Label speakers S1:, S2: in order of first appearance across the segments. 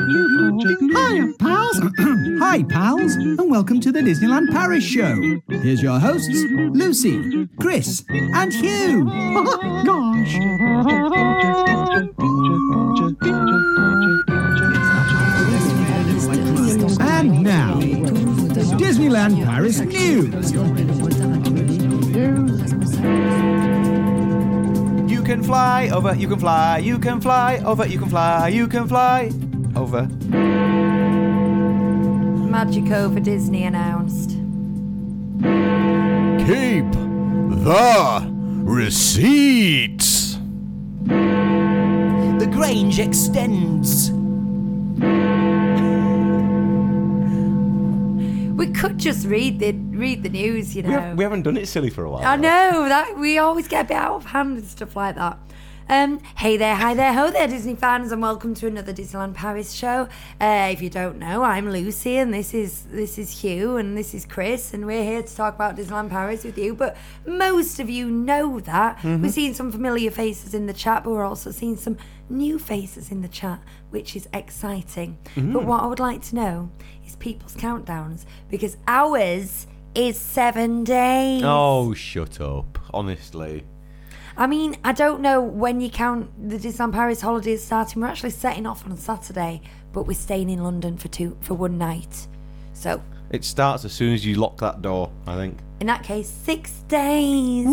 S1: Hi, pals. Hi, pals, and welcome to the Disneyland Paris show. Here's your hosts, Lucy, Chris, and Hugh. Gosh. And now, Disneyland Paris news.
S2: You can fly over, you can fly, you can fly over, you can fly, you can fly over.
S3: Magic over Disney announced.
S4: Keep the receipts.
S5: The Grange extends.
S3: We could just read the read the news, you know.
S6: We, have, not done it silly for a while.
S3: I know that we always get a bit out of hand with stuff like that. Um, hey there, hi there, ho there, Disney fans, and welcome to another Disneyland Paris show. Uh, if you don't know, I'm Lucy, and this is this is Hugh, and this is Chris, and we're here to talk about Disneyland Paris with you. But most of you know that
S6: Mm-hmm.
S3: we're seeing some familiar faces in the chat, but we're also seeing some new faces in the chat, which is exciting.
S6: Mm-hmm.
S3: But what I would like to know is people's countdowns because ours is seven days.
S6: Oh, shut up. Honestly.
S3: I mean, I don't know when you count the Disneyland Paris holidays starting. We're actually setting off on a Saturday, but we're staying in London for two for one night. So
S6: It starts as soon as you lock that door, I think.
S3: in that case, six days.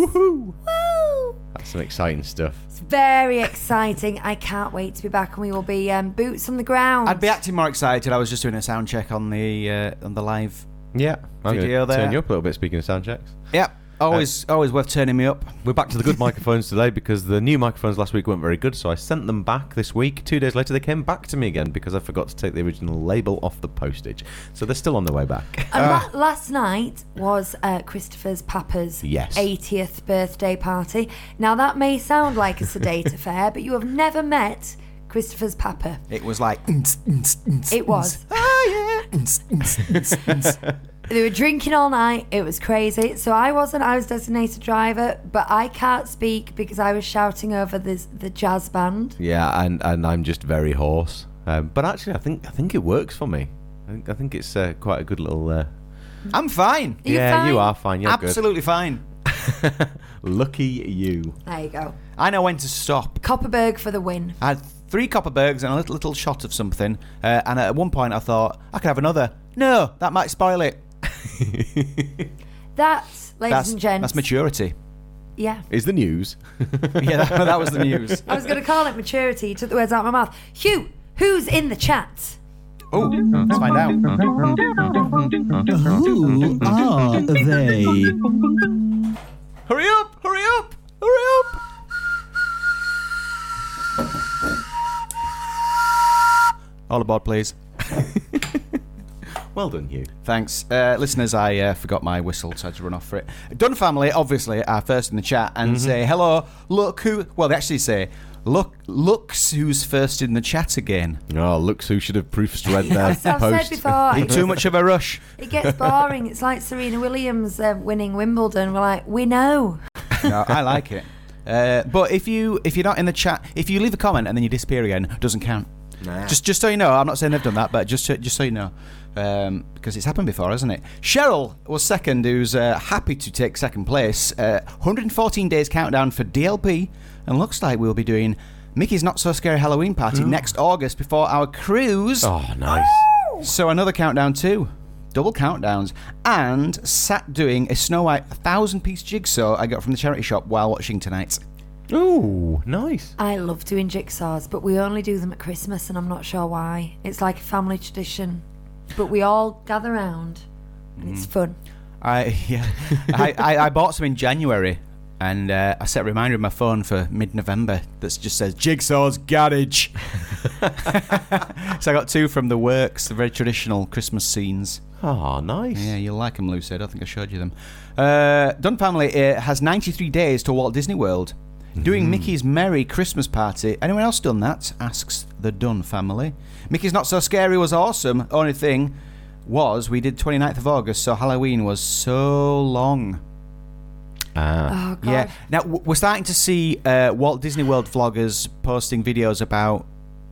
S3: Woo!
S6: That's some exciting stuff.
S3: It's very exciting. I can't wait to be back, and we will be um, boots on the ground.
S2: I'd be acting more excited. I was just doing a sound check on the uh, on the live.
S6: Yeah. I'm going
S2: Video
S6: to
S2: there.
S6: turn you up a little bit, speaking of sound checks.
S2: Yep, always always worth turning me up.
S6: We're back to the good microphones today because the new microphones last week weren't very good, so I sent them back this week. Two days later, they came back to me again because I forgot to take the original label off the postage. So they're still on their way back.
S3: And
S2: Ah.
S3: la- last night was uh, Christopher's papa's
S6: Yes.
S3: 80th birthday party. Now, that may sound like a sedate affair, but you have never met Christopher's papa.
S2: It was like
S3: It was. They were drinking all night. It was crazy. So I wasn't. I was designated driver, but I can't speak because I was shouting over this, the jazz band.
S6: yeah, and, and I'm just very hoarse. Um, but actually, I think I think it works for me. I think, I think it's uh, quite a good little. Uh,
S2: I'm fine,
S3: You're
S6: yeah, you
S3: fine.
S6: are fine. You're good.
S2: absolutely fine.
S6: Lucky you.
S3: There you go.
S2: I know when to stop.
S3: Copperberg for the win.
S2: I had three copperbergs and a little, little shot of something, uh, and at one point I thought I could have another. No, that might spoil it.
S3: That, ladies
S2: That's
S3: and gents.
S2: that's maturity.
S3: Yeah.
S6: Is the news.
S2: yeah, that, that was the news.
S3: I was going to call it maturity. You took the words out of my mouth. Hugh, who's in the chat?
S2: Oh, let's find out.
S1: Who are they?
S2: Hurry up! Hurry up! Hurry up! All aboard, please.
S6: Well done, you.
S2: Thanks, uh, listeners. I uh, forgot my whistle, so I had to run off for it. Dunn family, obviously, are first in the chat and say hello. Look who. Well, they actually say, "Look, looks who's first in the chat again."
S6: Oh, looks who should have proofs read their
S3: As I've said
S6: post.
S3: before,
S2: In
S3: it,
S2: too much of a rush.
S3: it gets boring. It's like Serena Williams uh, winning Wimbledon. We're like, we know.
S2: No, I like it. Uh, but if you if you're not in the chat, if you leave a comment and then you disappear again, doesn't count. Just just so you know, I'm not saying they've done that, but just so- just so you know, um, because it's happened before, hasn't it? Cheryl was second, who's uh, happy to take second place. Uh, 114 days countdown for DLP, and looks like we'll be doing Mickey's Not So Scary Halloween Party next August before our cruise.
S6: Oh, nice.
S2: So another countdown too. Double countdowns. And sat doing a Snow White 1,000 piece jigsaw I got from the charity shop while watching tonight.
S6: Ooh, nice.
S3: I love doing jigsaws, but we only do them at Christmas, and I'm not sure why. It's like a family tradition, but we all gather round, and it's fun.
S2: I, yeah, I, I, I bought some in January and uh, I set a reminder in my phone for mid November that just says Jigsaw's Garage. so I got two from the works, the very traditional Christmas scenes.
S6: Oh, nice.
S2: Yeah, you'll like them, Lucy. I don't think I showed you them. Uh, Dunn family uh, has 93 days to Walt Disney World. Doing Mickey's Merry Christmas Party. Anyone else done that? Asks the Dunn family. Mickey's Not So Scary was awesome. Only thing was we did 29th of August, so Halloween was so long.
S6: Ah,
S3: Oh god!
S2: Yeah. Now, w- we're starting to see uh, Walt Disney World vloggers posting videos about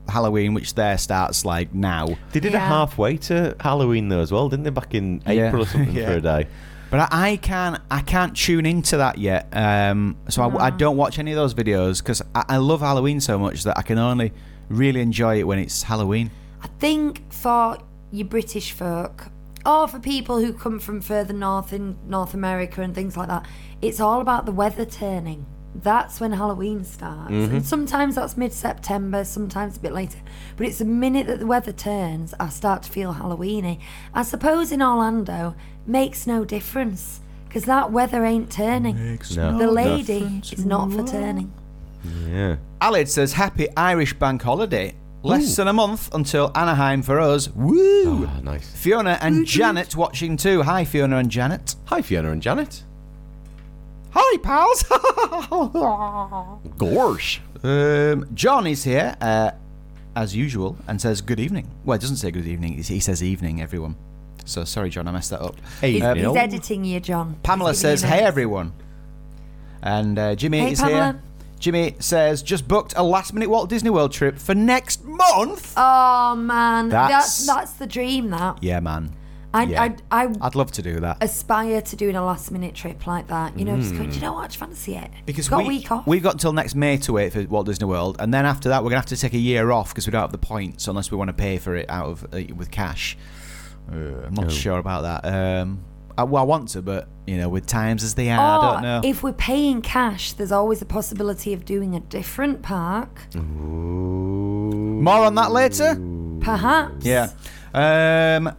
S2: Halloween, which there starts like now.
S6: They did
S3: Yeah.
S6: a halfway to Halloween though as well, didn't they? Back in
S2: Yeah.
S6: April or something
S2: Yeah.
S6: for a day.
S2: But I, I can I can't tune into that yet. Um, so I, I don't watch any of those videos because I, I love Halloween so much that I can only really enjoy it when it's Halloween.
S3: I think for your British folk, or for people who come from further north in North America and things like that, it's all about the weather turning. That's when Halloween starts.
S2: Mm-hmm.
S3: And sometimes that's mid September, sometimes a bit later. But it's the minute that the weather turns, I start to feel Halloweeny. I suppose in Orlando, makes no difference because that weather ain't turning.
S6: No.
S3: The lady is not for turning.
S6: Yeah.
S2: Alid says, Happy Irish Bank Holiday. Less than a month until Anaheim for us. Woo!
S6: Ah, nice.
S2: Fiona and Janet watching too. Hi, Fiona and Janet.
S6: Hi, Fiona and Janet.
S2: Hi, pals.
S6: Gorge.
S2: um, John is here, uh, as usual, and says, Good evening. Well, it doesn't say good evening, he says evening, everyone. So sorry, John, I messed that up.
S3: He's,
S2: Uh,
S3: he's editing you, John.
S2: Pamela
S3: He's giving you
S2: says, "Hey
S3: notes."
S2: everyone," and uh, Jimmy
S3: Hey,
S2: is
S3: Pamela.
S2: here. Jimmy says, "Just booked a last-minute Walt Disney World trip for next month."
S3: Oh man,
S2: That's-
S3: that's that's the dream. That
S2: yeah, man,
S3: I
S2: yeah.
S3: I, I
S2: I'd love to do that
S3: aspire to doing a last minute trip like that. You know, just going. Do
S2: Hmm.
S3: you know what? I just fancy it.
S2: because
S3: got
S2: we,
S3: a week off.
S2: we've got until next May to wait for Walt Disney World, and then after that, we're gonna have to take a year off because we don't have the points unless we want to pay for it out of uh, with cash. Uh, I'm not sure about that. Um, I, well, I want to, but you know, with times as they are, I don't know.
S3: Oh, if we're paying cash, there's always a possibility of doing a different park,
S2: More on that later.
S3: perhaps.
S2: Yeah. Um,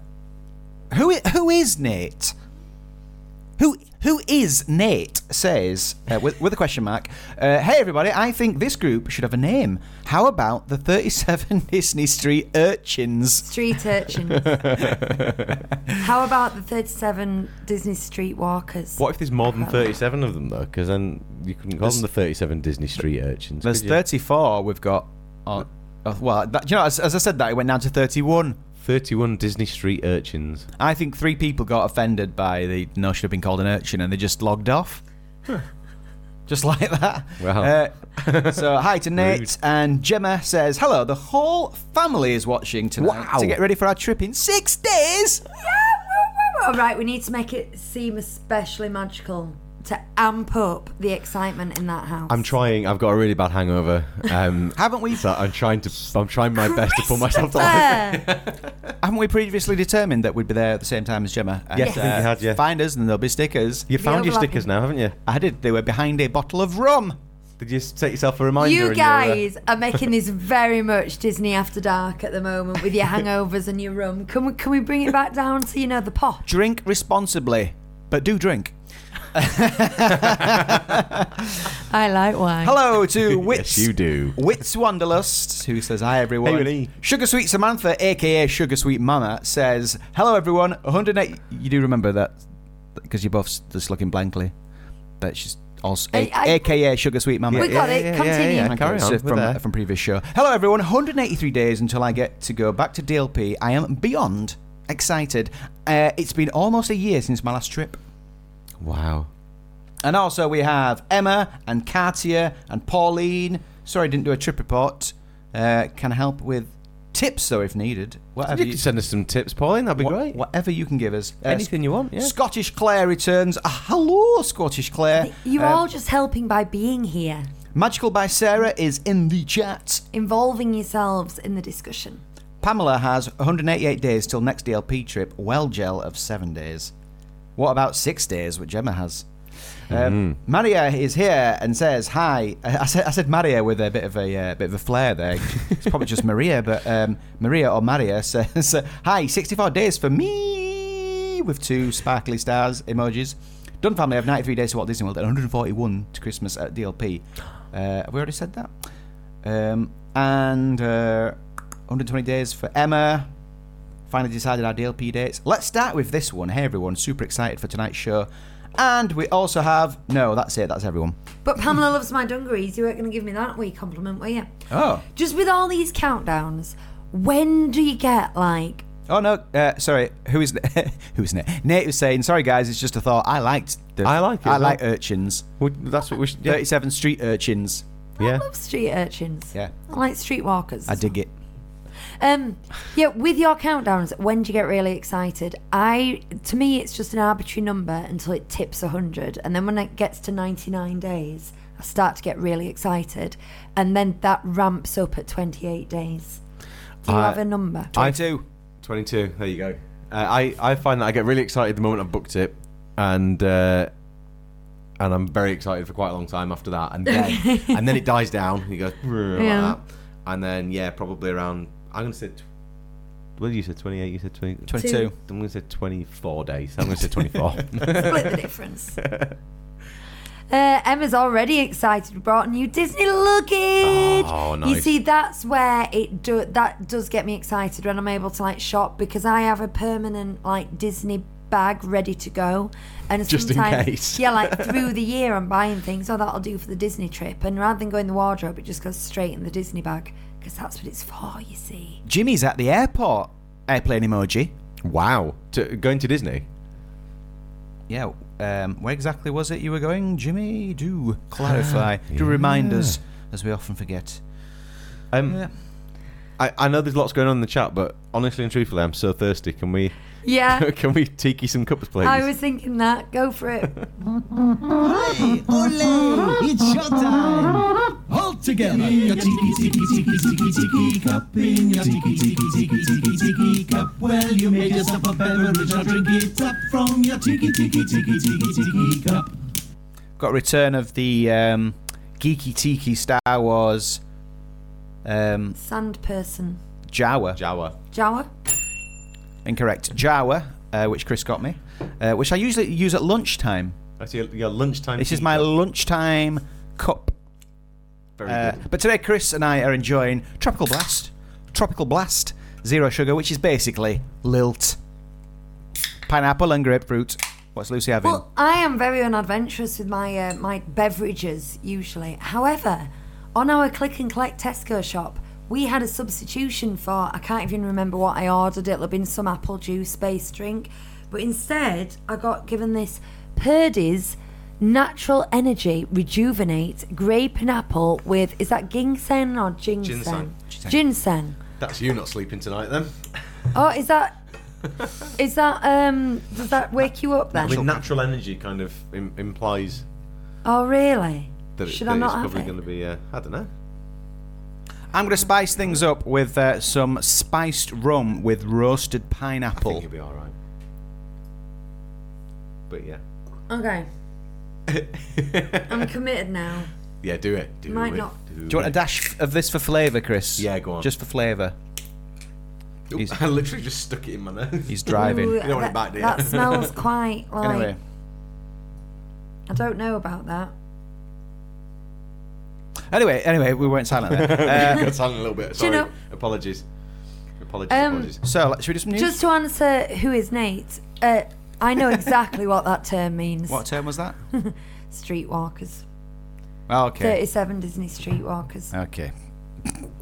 S2: who i- who is Nate? Who who is Nate? Says uh, with with a question mark. Uh, hey everybody, I think this group should have a name. How about the Thirty Seven Disney Street Urchins?
S3: Street urchins. How about the 37 Disney Street Walkers?
S6: What if there's more than 37 of them though? Because then you couldn't call
S2: There's-
S6: them the 37 Disney Street Urchins.
S2: There's
S6: could you?
S2: thirty four. We've got. On, uh, well, that, you know, as, as I said that, it went down to thirty one.
S6: 31 Disney Street Urchins.
S2: I think three people got offended by the notion of being called an urchin and they just logged off. just like that.
S6: Wow.
S2: Uh, so, hi to Nate. And Gemma says, hello, the whole family is watching tonight
S6: Wow.
S2: to get ready for our trip in six days.
S3: All right, we need to make it seem especially magical to amp up the excitement in that house.
S6: I'm trying. I've got a really bad hangover. Um,
S2: Haven't we
S6: so I'm trying to. I'm trying my best to pull myself together.
S3: Christopher!
S2: haven't we previously determined that we'd be there at the same time as Gemma? And,
S6: Yes, I think you had, yeah.
S2: Find us and there'll be stickers.
S6: You found your
S3: overlapping-
S6: stickers now, haven't you?
S2: I did. They were behind a bottle of rum.
S6: Did you set yourself a reminder? in your,
S3: You
S6: uh,
S3: guys are making this very much Disney After Dark at the moment with your hangovers and your rum. Can we, can we bring it back down to, you know, the pot?
S2: Drink responsibly, but do drink.
S3: I like wine.
S2: Hello to Wits.
S6: yes, you do.
S2: Wits Wanderlust, who says hi everyone.
S6: Hey, Winnie.
S2: Sugar Sweet Samantha, aka Sugar Sweet Mama, says hello everyone. 108. You do remember that because you're both just looking blankly. That she's also
S3: I- I-
S2: aka Sugar Sweet Mama.
S3: We got it. Continue.
S2: Okay,
S6: Carry
S2: so
S6: on. We're
S2: from,
S6: there.
S2: from previous show. Hello everyone. 183 days until I get to go back to DLP. I am beyond excited. Uh, it's been almost a year since my last trip.
S6: Wow.
S2: And also we have Emma and Katia and Pauline. Sorry, I didn't do a trip report. Uh, can help with tips though if needed. Whatever
S6: you could send us some tips, Pauline. That'd be
S2: wha-
S6: great.
S2: Whatever you can give us. Uh,
S6: Anything you want. Yeah.
S2: Scottish Claire returns. Ah, hello, Scottish Claire.
S3: You're
S2: Uh,
S3: all just helping by being here,
S2: Magical by Sarah is in the chat.
S3: involving yourselves in the discussion.
S2: Pamela has 188 days till next DLP trip. Well, gel of seven days. What about six days, which Gemma has? Um, Maria is here and says hi. I I said, I said Maria with a bit of a uh, bit of a flair there. It's probably just Maria, but um, Maria or Maria says hi. 64 days for me with two sparkly stars emojis. Dunn family have 93 days to Walt Disney World and 141 to Christmas at DLP. Uh, have we already said that? Um, and uh, 120 days for Emma. Finally decided our DLP dates. Let's start with this one. Hey everyone, super excited for tonight's show. And we also have no, that's it, that's everyone.
S3: But Pamela loves my dungarees. You weren't going to give me that wee compliment, were you?
S2: Oh,
S3: Just with all these countdowns, when do you get like
S2: oh no, uh, sorry. Who is who is Nate? Nate was saying, sorry guys, it's just a thought. I liked. The,
S6: I like it
S2: I
S6: as
S2: like
S6: well.
S2: urchins.
S6: Well, that's what we should. Yeah.
S2: Thirty-seven street urchins.
S6: Yeah.
S3: I love street urchins.
S2: Yeah.
S3: I like street walkers.
S2: I dig it.
S3: Um, yeah, with your countdowns, when do you get really excited? I, to me, it's just an arbitrary number until it tips hundred, and then when it gets to ninety-nine days, I start to get really excited, and then that ramps up at twenty-eight days. Do you
S6: I-
S3: have a number?
S2: I do.
S6: 22. There you go. Uh, I I find that I get really excited the moment I've booked it, and uh, and I'm very excited for quite a long time after that, and then and then it dies down. You go "Brr," like
S3: Yeah.
S6: that, and then yeah, probably around. I'm gonna say. Tw- what did you say? 28. You said 20.
S2: 22.
S3: Two.
S6: I'm gonna say 24 days. I'm gonna say 24.
S3: Split the difference. Uh, Emma's already excited. We brought a new Disney luggage.
S6: Oh,
S3: You
S6: nice.
S3: see, that's where it do that does get me excited when I'm able to like shop because I have a permanent like Disney bag ready to go, and
S6: Just in
S3: sometimes
S6: case.
S3: yeah, like through the year I'm buying things. Oh, that'll do for the Disney trip. And rather than go in the wardrobe, it just goes straight in the Disney bag because that's what it's for. You see,
S2: Jimmy's at the airport. Airplane emoji.
S6: wow. To, going to Disney.
S2: Yeah. Um, where exactly was it you were going, Jimmy? Do clarify. Do remind us, as we often forget.
S6: Um,
S2: Yeah.
S6: I, I know there's lots going on in the chat, but honestly and truthfully, I'm so thirsty. Can we
S3: yeah.
S6: can we tiki some cups, please?
S3: Uh, I was thinking that. Go for it.
S1: Ole! It's showtime! All together! Your tiki tiki tiki tiki tiki cup in your tiki tiki tiki tiki tiki cup. Well, you made yourself a beverage, now drink it up from your tiki tiki tiki tiki tiki cup.
S2: Got a return of the um, geeky tiki Star Wars um,
S3: Sand person.
S2: Jawa.
S6: Jawa.
S3: Jawa.
S2: Incorrect. Jawa, uh, which Chris got me, uh, which I usually use at lunchtime.
S6: That's your, your lunchtime.
S2: This is
S6: tea
S2: my
S6: cup.
S2: lunchtime cup.
S6: Very
S2: Uh,
S6: good.
S2: but today, Chris and I are enjoying Tropical Blast. Tropical Blast, zero sugar, which is basically lilt. Pineapple and grapefruit. What's Lucy having?
S3: Well, I am very unadventurous with my uh, my beverages usually. However, on our click and collect Tesco shop, we had a substitution for I can't even remember what I ordered. It'll have been some apple juice based drink, but instead I got given this Purdy's Natural Energy Rejuvenate Grape and Apple with is that ginseng or ginseng?
S6: Ginseng.
S3: Ginseng.
S6: That's you not sleeping tonight then.
S3: Oh, is that? Is that um? Does that wake you up
S6: I
S3: then?
S6: mean, natural energy kind of Im- implies
S3: Oh, really?
S6: that, it,
S3: Should
S6: that
S3: I
S6: it's
S3: not have
S6: probably
S3: it?
S6: going to be. Uh, I don't know.
S2: I'm going to spice things up with uh, some spiced rum with roasted
S6: I think
S2: pineapple.
S6: you'll be all right. But yeah,
S3: Okay. I'm committed now.
S6: yeah, do it. Do
S3: Might
S6: it.
S3: not.
S6: Do,
S2: Do you want a
S6: it.
S2: dash f- of this for flavour, Chris?
S6: Yeah, go on.
S2: Just for flavour.
S6: Oop,
S2: He's-
S6: I literally just stuck it in my nose.
S2: He's driving.
S3: Ooh,
S6: don't want it
S3: that,
S6: back, do you?
S3: that smells quite like.
S2: Anyway,
S3: I don't know about that.
S2: anyway, anyway, we weren't silent there.
S6: Got silent a little bit.
S3: Do you
S6: Sorry.
S3: know-
S6: Apologies. Apologies.
S3: Um,
S6: apologies.
S2: So, like, should we do some news?
S3: Just to answer who is Nate, uh, I know exactly what that term means.
S2: what term was that?
S3: Streetwalkers.
S2: Oh, okay.
S3: 37 Disney Streetwalkers.
S2: Okay.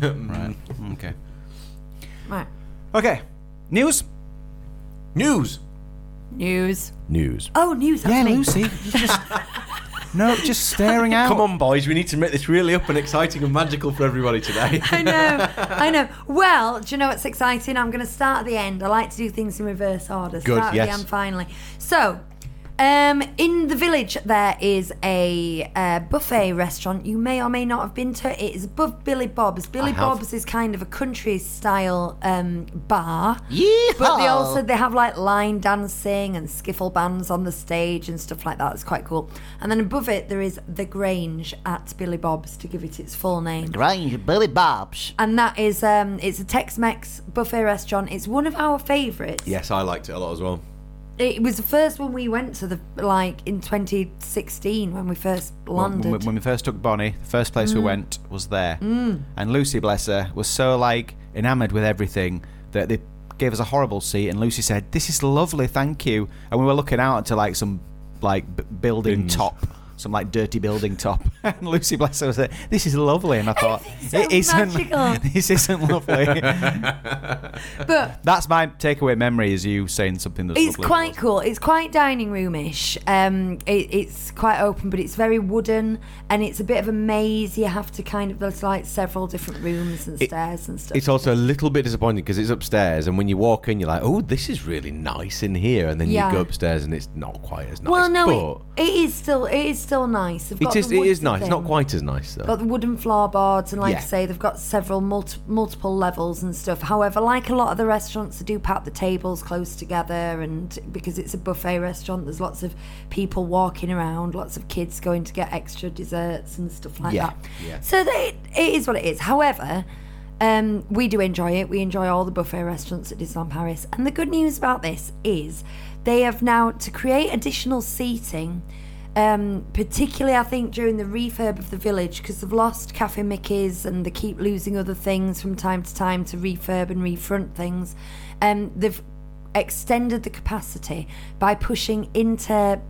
S2: right. Okay.
S3: Right.
S2: Okay. News?
S6: News.
S3: News.
S6: News.
S3: Oh, news. That's me.
S2: you just no, just staring out.
S6: Come on, boys. We need to make this really up and exciting and magical for everybody today.
S3: I know, I know. Well, do you know what's exciting? I'm going to start at the end. I like to do things in reverse order.
S6: Good,
S3: start at
S6: yes.
S3: the end finally. So, um, in the village, there is a uh, buffet restaurant you may or may not have been to. It is above Billy Bob's. Billy
S6: have.
S3: Bob's is kind of a country style um, bar. But they
S5: Oh.
S3: also they have like line dancing and skiffle bands on the stage and stuff like that. It's quite cool. And then above it there is the Grange at Billy Bob's to give it its full name
S5: Grange Billy Bob's.
S3: and that is um it's a tex-mex buffet restaurant it's one of our favorites
S6: yes, I liked it a lot as well.
S3: it was the first one we went to the like in 2016 when we first
S2: When,
S3: landed
S2: when we- when we first took Bonnie, the first place
S3: Mm.
S2: we went was there, and Lucy, bless her, was so like enamored with everything that they gave us a horrible seat, and Lucy said, "This is lovely, thank you," and we were looking out to like some like b- building
S6: Bins.
S2: top some like dirty building top. and Lucy Blesser was like, "This is lovely," and I thought,
S3: Everything's so
S2: "It isn't.
S3: magical."
S2: This isn't lovely."
S3: But
S2: That's my takeaway memory is you saying something that's
S3: it's
S2: lovely.
S3: quite cool. It's quite dining roomish. Um, it, it's quite open, but it's very wooden, and it's a bit of a maze. You have to kind of there's like several different rooms and
S6: It-
S3: stairs and stuff.
S6: It's also a little bit disappointing because it's upstairs, and when you walk in, you're like, "Oh, this is really nice in here," and then
S3: Yeah.
S6: you go upstairs, and it's not quite as nice.
S3: well, no,
S6: but
S3: it, it is still it is still nice. They've got
S6: it is
S3: the
S6: it is
S3: woods
S6: nice. It's not
S3: thing.
S6: quite as nice though.
S3: Got the wooden floorboards, and like I
S6: Yeah.
S3: say, they've got several multi- multiple levels and stuff. However, like a lot of the restaurants, they do pack the tables close together, and because it's a buffet restaurant, there's lots of people walking around, lots of kids going to get extra desserts and stuff like
S6: Yeah,
S3: that. So they, it is what it is. However, um, we do enjoy it. We enjoy all the buffet restaurants at Disneyland Paris. And the good news about this is they have now, to create additional seating, um, particularly I think during the refurb of the village, because they've lost Cafe Mickey's and they keep losing other things from time to time to refurb and refront things. Um, they've extended the capacity by pushing into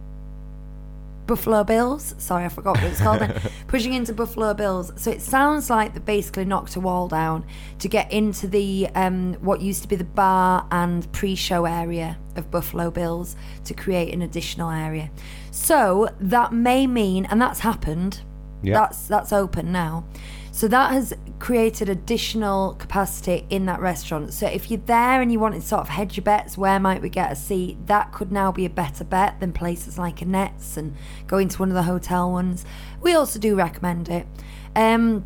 S3: Buffalo Bills. Sorry, I forgot what it's called. then. Pushing into Buffalo Bills. So it sounds like they basically knocked a wall down to get into the um, what used to be the bar and pre-show area of Buffalo Bills to create an additional area. So that may mean, and that's happened. That's that's open now. So that has created additional capacity in that restaurant. So if you're there and you want to sort of hedge your bets, where might we get a seat? That could now be a better bet than places like Annette's and going to one of the hotel ones. We also do recommend it. Um,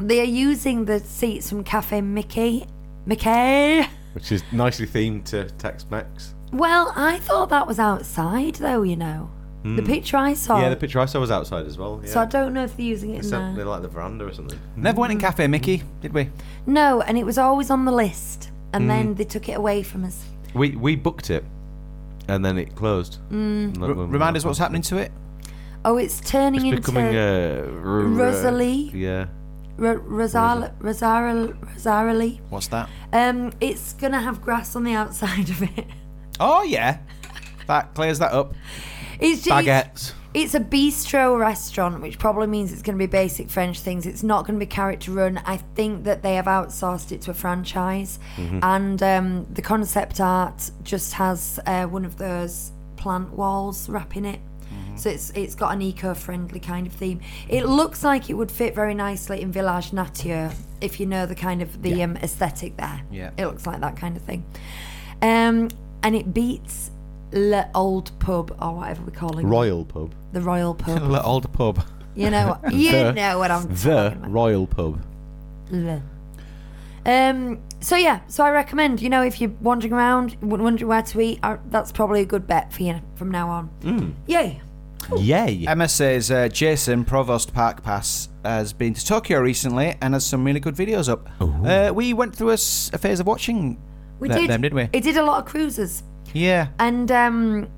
S3: they are using the seats from Cafe Mickey. Mickey.
S6: which is nicely themed to Tex Mex.
S3: Well, I thought that was outside though. You know, the picture I saw.
S6: Hmm. Yeah, the picture I saw was outside as well. Yeah.
S3: Oh. so I don't know if they're using it
S6: It's
S3: in there.
S6: something like the veranda or something.
S2: Never
S3: Mm.
S2: went in Cafe Mickey, did we?
S3: No, and it was always on the list, and
S6: Mm.
S3: then they took it away from us.
S6: We we booked it, and then it closed.
S2: R- remind us what's happening to it.
S3: Oh, it's turning
S6: It's
S3: Mm. into
S6: becoming uh, a
S3: Rosalie?
S6: Yeah.
S3: Ro- Rosal- Rosara Rosarily.
S2: What's that?
S3: Um, it's gonna have grass on the outside of it.
S2: Oh yeah, that clears that up.
S3: It's just,
S2: Baguettes.
S3: It's a bistro restaurant, which probably means it's going to be basic French things. It's not going to be character run. I think that they have outsourced it to a franchise, and um, the concept art just has uh, one of those plant walls wrapping it. So it's it's got an eco-friendly kind of theme. It looks like it would fit very nicely in Village Nature, if you know the kind of the um, aesthetic there.
S2: Yeah.
S3: it looks like that kind of thing, um, and it beats Le Old Pub or whatever we're calling it
S6: Royal pub.
S3: the Royal Pub.
S2: Little old pub.
S3: You know, you
S6: The-
S3: know what I'm
S6: The
S3: talking about.
S6: Royal pub.
S3: The. Um. So yeah. So I recommend. You know, if you're wandering around, w- wondering where to eat, uh, that's probably a good bet for you from now on.
S2: Hmm.
S3: Yay.
S6: Yay.
S2: Emma says uh, Jason Provost Park Pass has been to Tokyo recently and has some really good videos up. Uh, we went through a, s- a phase of watching
S3: We
S2: th-
S3: did.
S2: them, did we?
S3: It did a lot of cruises,
S2: yeah.
S3: and um,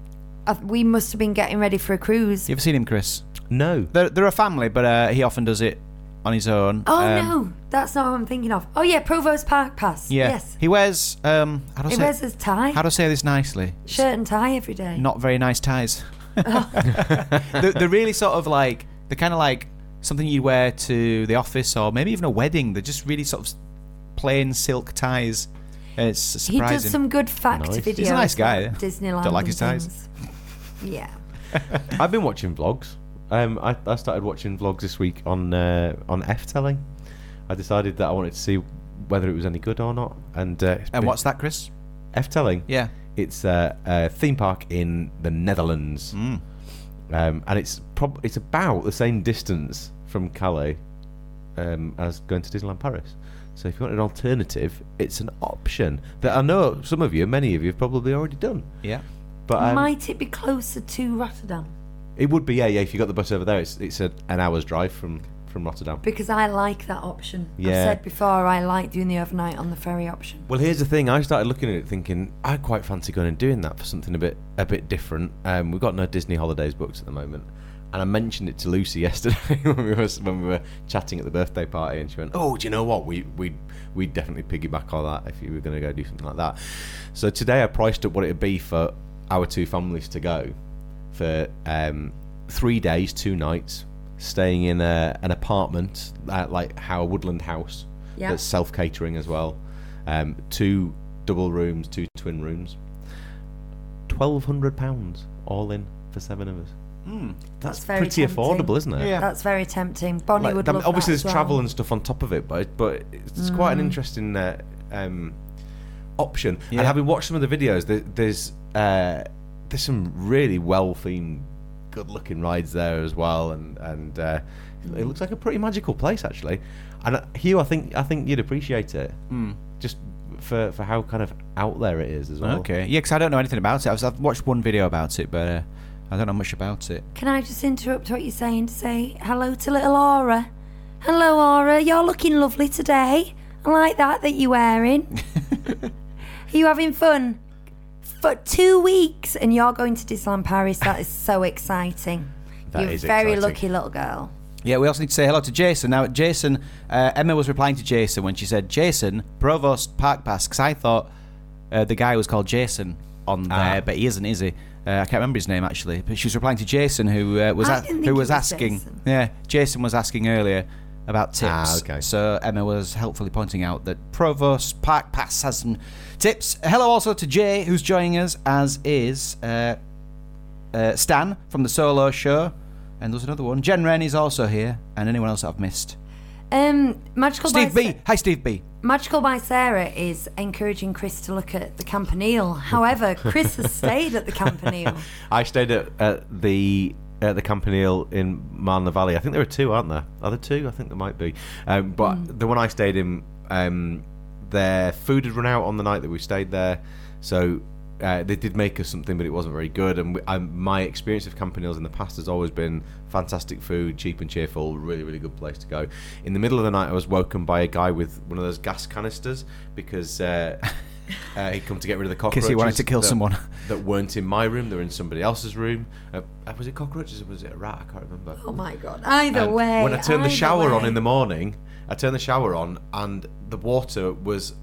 S3: I th- we must have been getting ready for a cruise.
S2: You ever seen him, Chris?
S6: No.
S2: They're, they're a family, but uh, he often does it on his own.
S3: Oh
S2: Um,
S3: no, that's not what I'm thinking of. Oh yeah, Provost Park Pass.
S2: Yeah.
S3: Yes.
S2: He wears um. How do I
S3: He
S2: say?
S3: wears his tie,
S2: how do I say this nicely?
S3: shirt and tie every day.
S2: Not very nice ties. they're, they're really sort of like they're kind of like something you wear to the office or maybe even a wedding. They're just really sort of s- plain silk ties. It's
S3: He
S2: surprising.
S3: does some good fact
S6: Nice.
S3: videos.
S6: He's
S2: a nice
S3: at
S2: guy, yeah.
S3: Disneyland.
S2: Don't like
S3: and
S2: his ties.
S3: things. Yeah.
S6: I've been watching vlogs. Um, I, I started watching vlogs this week on uh, on F telling. I decided that I wanted to see whether it was any good or not. And uh,
S2: And what's that, Chris?
S6: F telling?
S2: Yeah.
S6: It's a, a theme park in the Netherlands,
S2: Hmm.
S6: um, and it's prob- it's about the same distance from Calais um, as going to Disneyland Paris. So if you want an alternative, it's an option that I know some of you, many of you, have probably already done.
S2: Yeah.
S6: But um,
S3: Might it be closer to Rotterdam?
S6: it would be yeah, yeah. If you got the bus over there, it's it's a, an hour's drive from from Rotterdam.
S3: Because I like that option.
S6: Yeah.
S3: I said before I like doing the overnight on the ferry option.
S6: Well, here's the thing. I started looking at it, thinking I quite fancy going and doing that for something a bit a bit different. Um, we've got no Disney holidays books at the moment, and I mentioned it to Lucy yesterday when we were when we were chatting at the birthday party, and she went, "Oh, do you know what? We we we definitely piggyback on that if you were going to go do something like that." So today I priced up what it'd be for our two families to go for um, three days, two nights, staying in a, an apartment at like how a woodland house
S3: Yeah.
S6: that's self catering as well. Um, two double rooms, two twin rooms. Twelve hundred pounds all in for seven of us.
S3: That's, very
S6: Pretty
S3: tempting.
S6: affordable, isn't it?
S2: Yeah.
S3: That's very tempting. Bonnie
S6: Like,
S3: would
S6: them-
S3: love
S6: obviously
S3: that as
S6: there's
S3: well. Mm.
S6: travel and stuff on top of it, but but it's quite an interesting uh, um, option.
S2: Yeah.
S6: And having watched some of the videos, there, there's uh, there's some really well themed, good looking rides there as well, and and uh, it looks like a pretty magical place actually. And uh, Hugh, I think I think you'd appreciate it,
S2: Hmm.
S6: just for for how kind of out there it is as well.
S2: Okay. Yeah, because I don't know anything about it. I've, I've watched one video about it, but uh, I don't know much about it.
S3: Can I just interrupt what you're saying to say hello to little Aura? Hello, Aura. You're looking lovely today. I like that that you're wearing. Are you having fun? For two weeks, and you're going to Disneyland Paris. That is so exciting.
S6: That
S3: you're
S6: is
S3: very
S6: exciting.
S3: lucky, little girl.
S2: Yeah, we also need to say hello to Jason. Now, Jason, uh, Emma was replying to Jason when she said, Jason, Provost Park Pass, 'cause I thought uh, the guy was called Jason on
S3: Ah.
S2: there, but he isn't, is he? Uh, I can't remember his name actually, but she was replying to Jason, who uh, was
S3: I
S2: a-
S3: didn't think
S2: who
S3: it
S2: was
S3: was
S2: asking.
S3: Jason.
S2: Yeah, Jason was asking earlier about tips.
S6: Ah, okay.
S2: So Emma was helpfully pointing out that Provost Park Pass has some tips. Hello also to Jay, who's joining us, as is uh, uh, Stan from the Solo Show, and there's another one. Jen Wren is also here, and anyone else that I've missed.
S3: Um, magical
S2: Steve
S3: by
S2: B. Hi, Steve B.
S3: Magical by Sarah is encouraging Chris to look at the Campanile. However, Chris has stayed at the Campanile.
S6: I stayed at, at the at the Campanile in Marne Valley. I think there are two, aren't there? Are there two? I think there might be. Um, but the one I stayed in, um, their food had run out on the night that we stayed there, so. Uh, they did make us something, but it wasn't very good. And we, I, my experience of Campaniles in the past has always been fantastic food, cheap and cheerful, really, really good place to go. In the middle of the night, I was woken by a guy with one of those gas canisters because uh, uh, he'd come to get rid of the cockroaches.
S2: Because he wanted to kill
S6: that-
S2: someone.
S6: that weren't in my room, they were in somebody else's room. Uh, uh, was it cockroaches or was it a rat? I can't remember.
S3: Oh my god! Either
S6: And
S3: way,
S6: When I turned the
S3: either
S6: shower on
S3: way.
S6: in the morning, I turned the shower on and the water was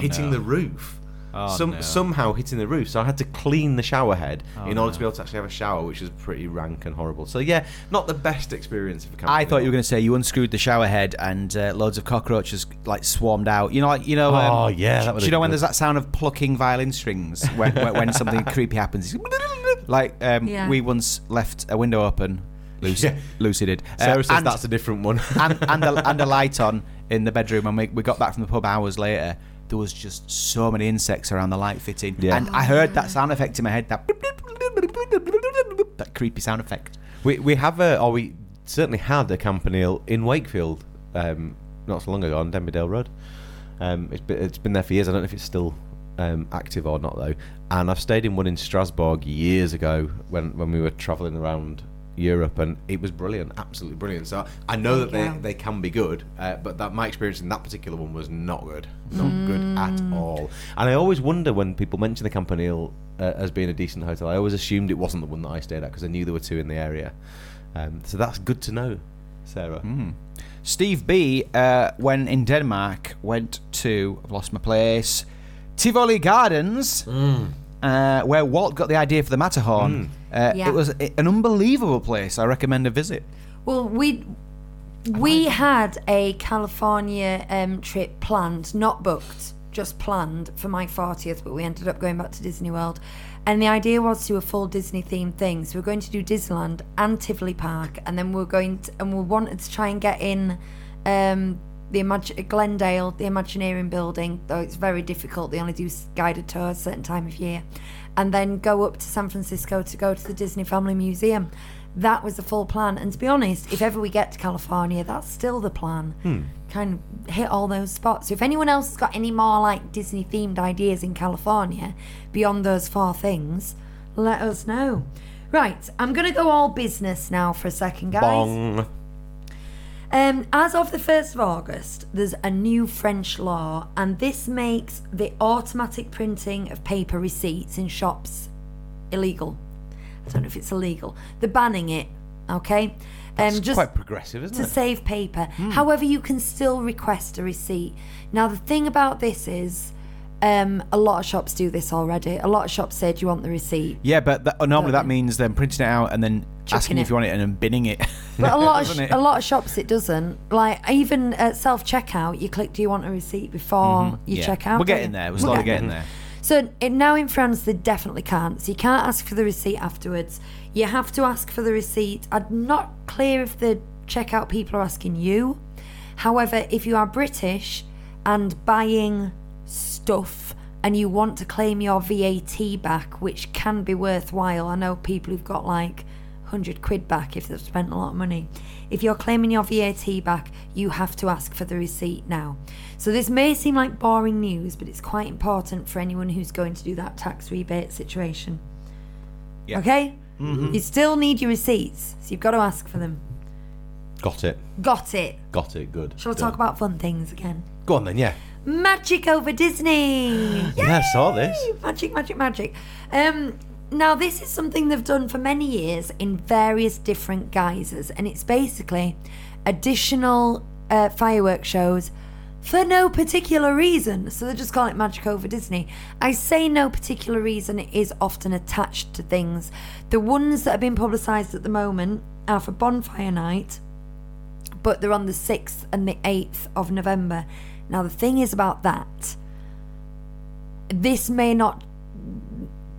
S6: hitting
S2: no.
S6: the roof.
S2: Oh,
S6: Some,
S2: no.
S6: Somehow hitting the roof, so I had to clean the shower head in order to be able to actually have a shower, which was pretty rank and horrible. So yeah, not the best experience of camping.
S2: I thought you were going to say you unscrewed the shower head and uh, loads of cockroaches like swarmed out. You know, like, you know. um,
S6: Oh, yeah, that
S2: do
S6: would've
S2: you know when
S6: been
S2: there's that sound of plucking violin strings when, when, when something creepy happens? Like um,
S3: Yeah.
S2: we once left a window open. Lucy,
S6: Yeah.
S2: Lucy did. Uh,
S6: Sarah says
S2: and-
S6: that's a different one.
S2: and and a, and a light on in the bedroom. And we, we got back from the pub hours later. There was just so many insects around the light fitting,
S6: Yeah.
S2: and I heard that sound effect in my head. That that creepy sound effect.
S6: We we have a, or we certainly had a campanile in Wakefield, um, not so long ago on Denbydale Road. Um, it's been it's been there for years. I don't know if it's still um, active or not though. And I've stayed in one in Strasbourg years ago when when we were travelling around Europe, and it was brilliant, absolutely brilliant. So I know that they,
S3: go.
S6: they can be good, uh, but that my experience in that particular one was not good, not good at all. And I always wonder when people mention the Campanile uh, as being a decent hotel. I always assumed it wasn't the one that I stayed at because I knew there were two in the area. Um, so that's good to know, Sarah.
S2: Steve B, uh, when in Denmark, went to I've lost my place, Tivoli Gardens, uh, where Walt got the idea for the Matterhorn. Uh,
S3: Yeah.
S2: It was a- an unbelievable place. I recommend a visit.
S3: Well, we we had a California um, trip planned, not booked, just planned for my 40th, but we ended up going back to Disney World. And the idea was to do a full Disney themed thing. So we are going to do Disneyland and Tivoli Park, and then we are going to, and we wanted to try and get in um, the Imag- Glendale, the Imagineering building, though it's very difficult. They only do s- guided tours a certain time of year. And then go up to San Francisco to go to the Disney Family Museum. That was the full plan. And to be honest, if ever we get to California, that's still the plan. Kind of hit all those spots. So if anyone else has got any more like Disney themed ideas in California beyond those four things, let us know. Right, I'm going to go all business now for a second, guys.
S6: Bong.
S3: Um, as of the 1st of August, there's a new French law, and this makes the automatic printing of paper receipts in shops illegal. I don't know if it's illegal. They're banning it, okay? Um,
S6: It's quite progressive, isn't
S3: to
S6: it?
S3: save paper. However, you can still request a receipt. Now, the thing about this is um, a lot of shops do this already. A lot of shops say, Do you want the receipt?
S2: Yeah, but that, normally that
S3: yeah.
S2: means them printing it out and then asking
S3: Chucking
S2: if you want it and then binning it.
S3: But a lot of
S2: Doesn't
S3: sh-
S2: it?
S3: a lot of shops it doesn't. Like even at self checkout, you click, "Do you want a receipt?" before you
S2: Mm-hmm. Yeah.
S3: check out. Mm-hmm.
S2: We're
S3: don't
S2: getting
S3: you?
S2: there. We're
S3: We're
S2: slowly getting there.
S3: So it, now in France, they definitely can't. So you can't ask for the receipt afterwards. You have to ask for the receipt. I'm not clear if the checkout people are asking you. However, if you are British and buying stuff and you want to claim your VAT back, which can be worthwhile, I know people who've got like 100 quid back if they've spent a lot of money. If you're claiming your VAT back, you have to ask for the receipt now. So this may seem like boring news, but it's quite important for anyone who's going to do that tax rebate situation.
S2: Yeah.
S3: Okay? You still need your receipts, so you've got to ask for them.
S6: Got it.
S3: Got it.
S6: Got it. Good.
S3: Shall I
S6: Done.
S3: talk about fun things again?
S6: Go on then. Yeah.
S3: Magic over Disney.
S6: Yeah. I saw this.
S3: magic, magic, magic. Um, now, this is something they've done for many years in various different guises, and it's basically additional uh, firework shows for no particular reason. So they just call it Magic Over Disney. I say no particular reason it is often attached to things. The ones that have been publicised at the moment are for Bonfire Night, but they're on the 6th and the 8th of November. Now, the thing is about that this may not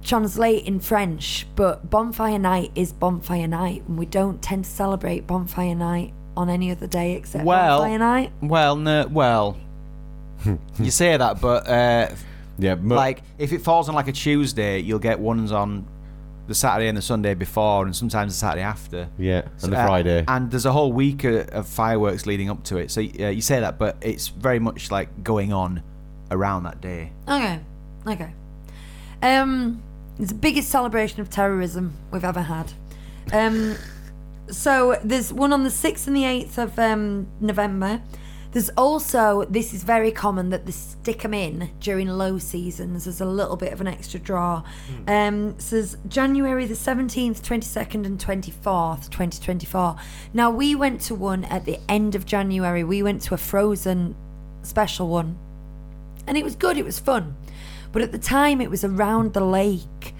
S3: translate in French, but bonfire night is bonfire night, and we don't tend to celebrate bonfire night on any other day except
S2: Well-
S3: bonfire night.
S2: well, no, well, you say that, but uh,
S6: Yeah. mo-
S2: like if it falls on like a Tuesday, you'll get ones on the Saturday and the Sunday before, and sometimes the Saturday after.
S6: Yeah. And the
S2: Uh,
S6: Friday.
S2: and there's a whole week of, of fireworks leading up to it. So uh, you say that, but it's very much like going on around that day.
S3: Okay, okay. Um, it's the biggest celebration of terrorism we've ever had. Um, so there's one on the 6th and the 8th of um, November. There's also, this is very common, that they stick 'em in during low seasons as a little bit of an extra draw. Um, so there's January the 17th, 22nd, and 24th, 2024. Now, we went to one at the end of January. We went to a frozen special one and it was good. It was fun, but at the time it was around the lake.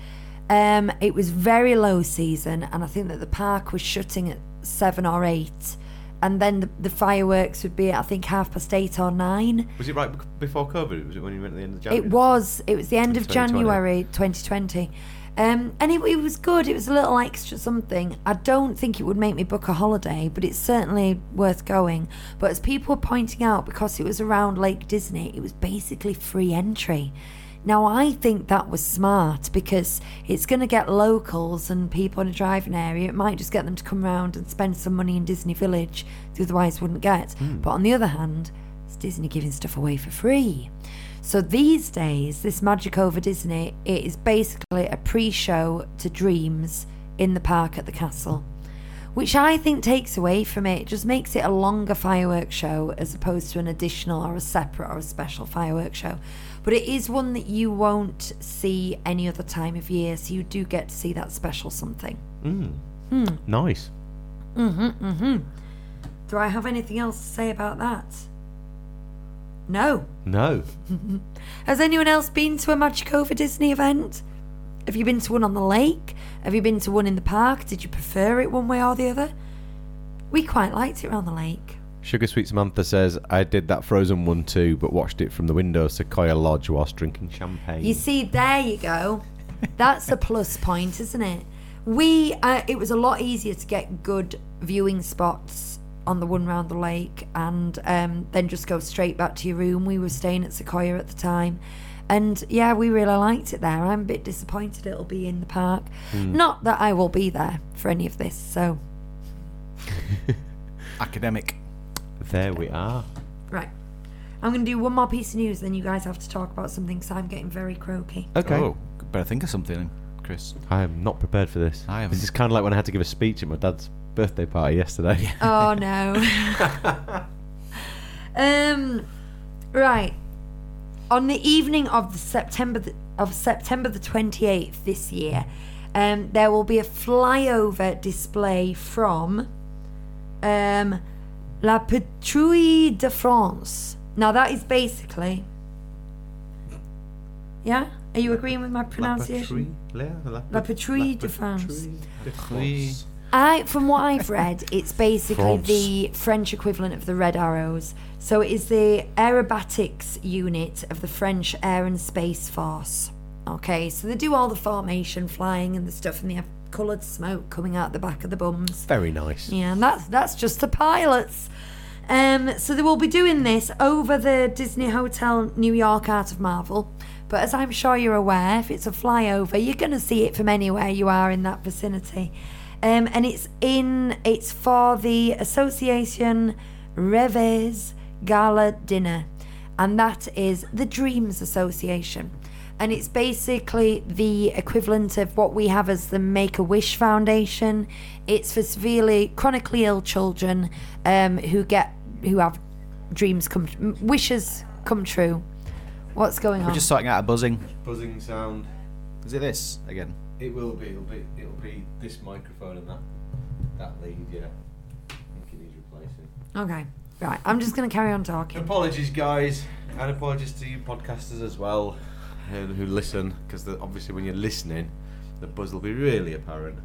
S3: Um, it was very low season, and I think that the park was shutting at seven or eight, and then the, the fireworks would be at I think half past eight or nine.
S6: was it right bec- before COVID? Was it when you went at the end of January?
S3: It was. It was the end of
S6: 2020.
S3: January 2020. Um, and it, it was good. It was a little extra something. I don't think it would make me book a holiday, but it's certainly worth going. But as people were pointing out, because it was around Lake Disney, it was basically free entry. Now, I think that was smart because it's going to get locals and people in a driving area. It might just get them to come round and spend some money in Disney Village they otherwise wouldn't get. But on the other hand, it's Disney giving stuff away for free. So these days, this Magic Over Disney, it is basically a pre-show to Dreams in the park at the castle, which I think takes away from it. It just makes it a longer fireworks show as opposed to an additional or a separate or a special fireworks show. But it is one that you won't see any other time of year, so you do get to see that special something.
S6: Nice.
S3: Do I have anything else to say about that? No.
S6: No.
S3: Has anyone else been to a Magic Over Disney event? Have you been to one on the lake? Have you been to one in the park? Did you prefer it one way or the other? We quite liked it around the lake.
S6: Sugar Sweet Samantha says, I did that frozen one too, but watched it from the window, Sequoia Lodge, whilst drinking champagne.
S3: You see, there you go. That's a plus point, isn't it? We uh, it was a lot easier to get good viewing spots on the one round the lake, and um, then just go straight back to your room. We were staying at Sequoia at the time, and yeah, we really liked it there. I'm a bit disappointed it'll be in the park. Not that I will be there for any of this. So
S2: Academic.
S6: there we are.
S3: right, I'm going to do one more piece of news. Then you guys have to talk about something because I'm getting very croaky.
S6: Okay.
S2: Oh, better think of something, Chris.
S6: I am not prepared for this.
S2: I haven't.
S6: This is kind of like when I had to give a speech at my dad's birthday party yesterday.
S3: Oh no. um, right. On the evening of the September the, of September the twenty eighth this year, um, there will be a flyover display from um, La Patrouille de France. Now that is basically. Yeah, are you agreeing with my pronunciation? La Patrouille de France. I, from what I've read, it's basically
S6: Frogs.
S3: the French equivalent of the Red Arrows. So it is the aerobatics unit of the French Air and Space Force. Okay, so they do all the formation flying and the stuff, and they have coloured smoke coming out the back of the bums.
S6: Very nice.
S3: Yeah, and that's that's just the pilots. Um, so they will be doing this over the Disney Hotel New York Art of Marvel. But as I'm sure you're aware, if it's a flyover, you're going to see it from anywhere you are in that vicinity. Um, and it's in it's for the Association Reves Gala Dinner, and that is the Dreams Association. And it's basically the equivalent of what we have as the Make a Wish Foundation. It's for severely chronically ill children um, who get who have dreams come m- wishes come true. What's going
S2: We're
S3: on?
S2: just sorting out a buzzing.
S6: Buzzing sound.
S2: Is it this again?
S6: It will be. It'll be. It'll be this microphone and that that lead. Yeah. I think it needs replacing.
S3: okay, right. I'm just going to carry on talking.
S6: Apologies, guys, and apologies to you podcasters as well, who, who listen, because obviously when you're listening, the buzz will be really apparent.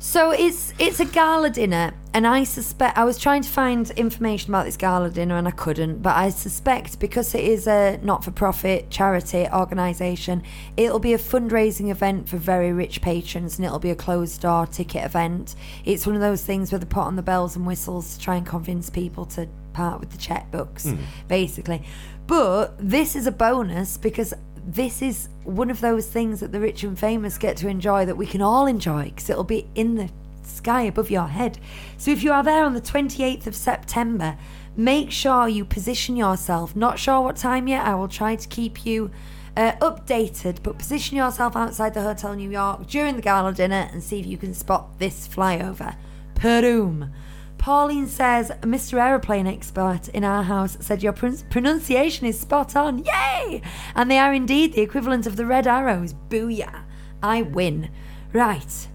S3: So it's it's a gala dinner, and I suspect I was trying to find information about this gala dinner, and I couldn't. But I suspect because it is a not-for-profit charity organisation, it'll be a fundraising event for very rich patrons, and it'll be a closed-door ticket event. It's one of those things where they put on the bells and whistles to try and convince people to part with the checkbooks, basically. But this is a bonus because this is one of those things that the rich and famous get to enjoy that we can all enjoy because it'll be in the sky above your head. So if you are there on the 28th of September, make sure you position yourself. Not sure what time yet, I will try to keep you. Uh, updated, but position yourself outside the Hotel New York during the gala dinner and see if you can spot this flyover. Perum. Pauline says, Mr. Aeroplane expert in our house said your pron- pronunciation is spot on. Yay! And they are indeed the equivalent of the red arrows. Booyah. I win. Right.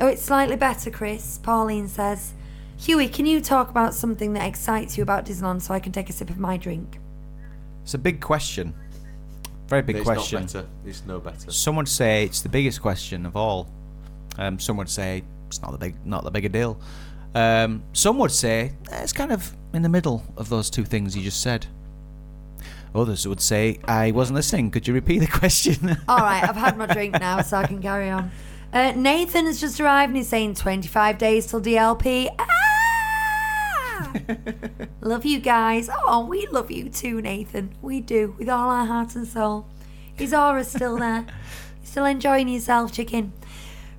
S3: Oh, it's slightly better, Chris. Pauline says, Huey, can you talk about something that excites you about Disneyland so I can take a sip of my drink?
S2: It's a big question. Very big
S6: it's
S2: question.
S6: not better. It's no better.
S2: Some would say it's the biggest question of all. Um, some would say it's not the big, not the big a deal. Um, some would say eh, it's kind of in the middle of those two things you just said. Others would say I wasn't listening. Could you repeat the question?
S3: All right, I've had my drink now, so I can carry on. Uh, Nathan has just arrived and he's saying 25 days till DLP. Ah! love you guys. Oh, we love you too, Nathan. We do, with all our heart and soul. His aura's still there. still enjoying yourself, chicken.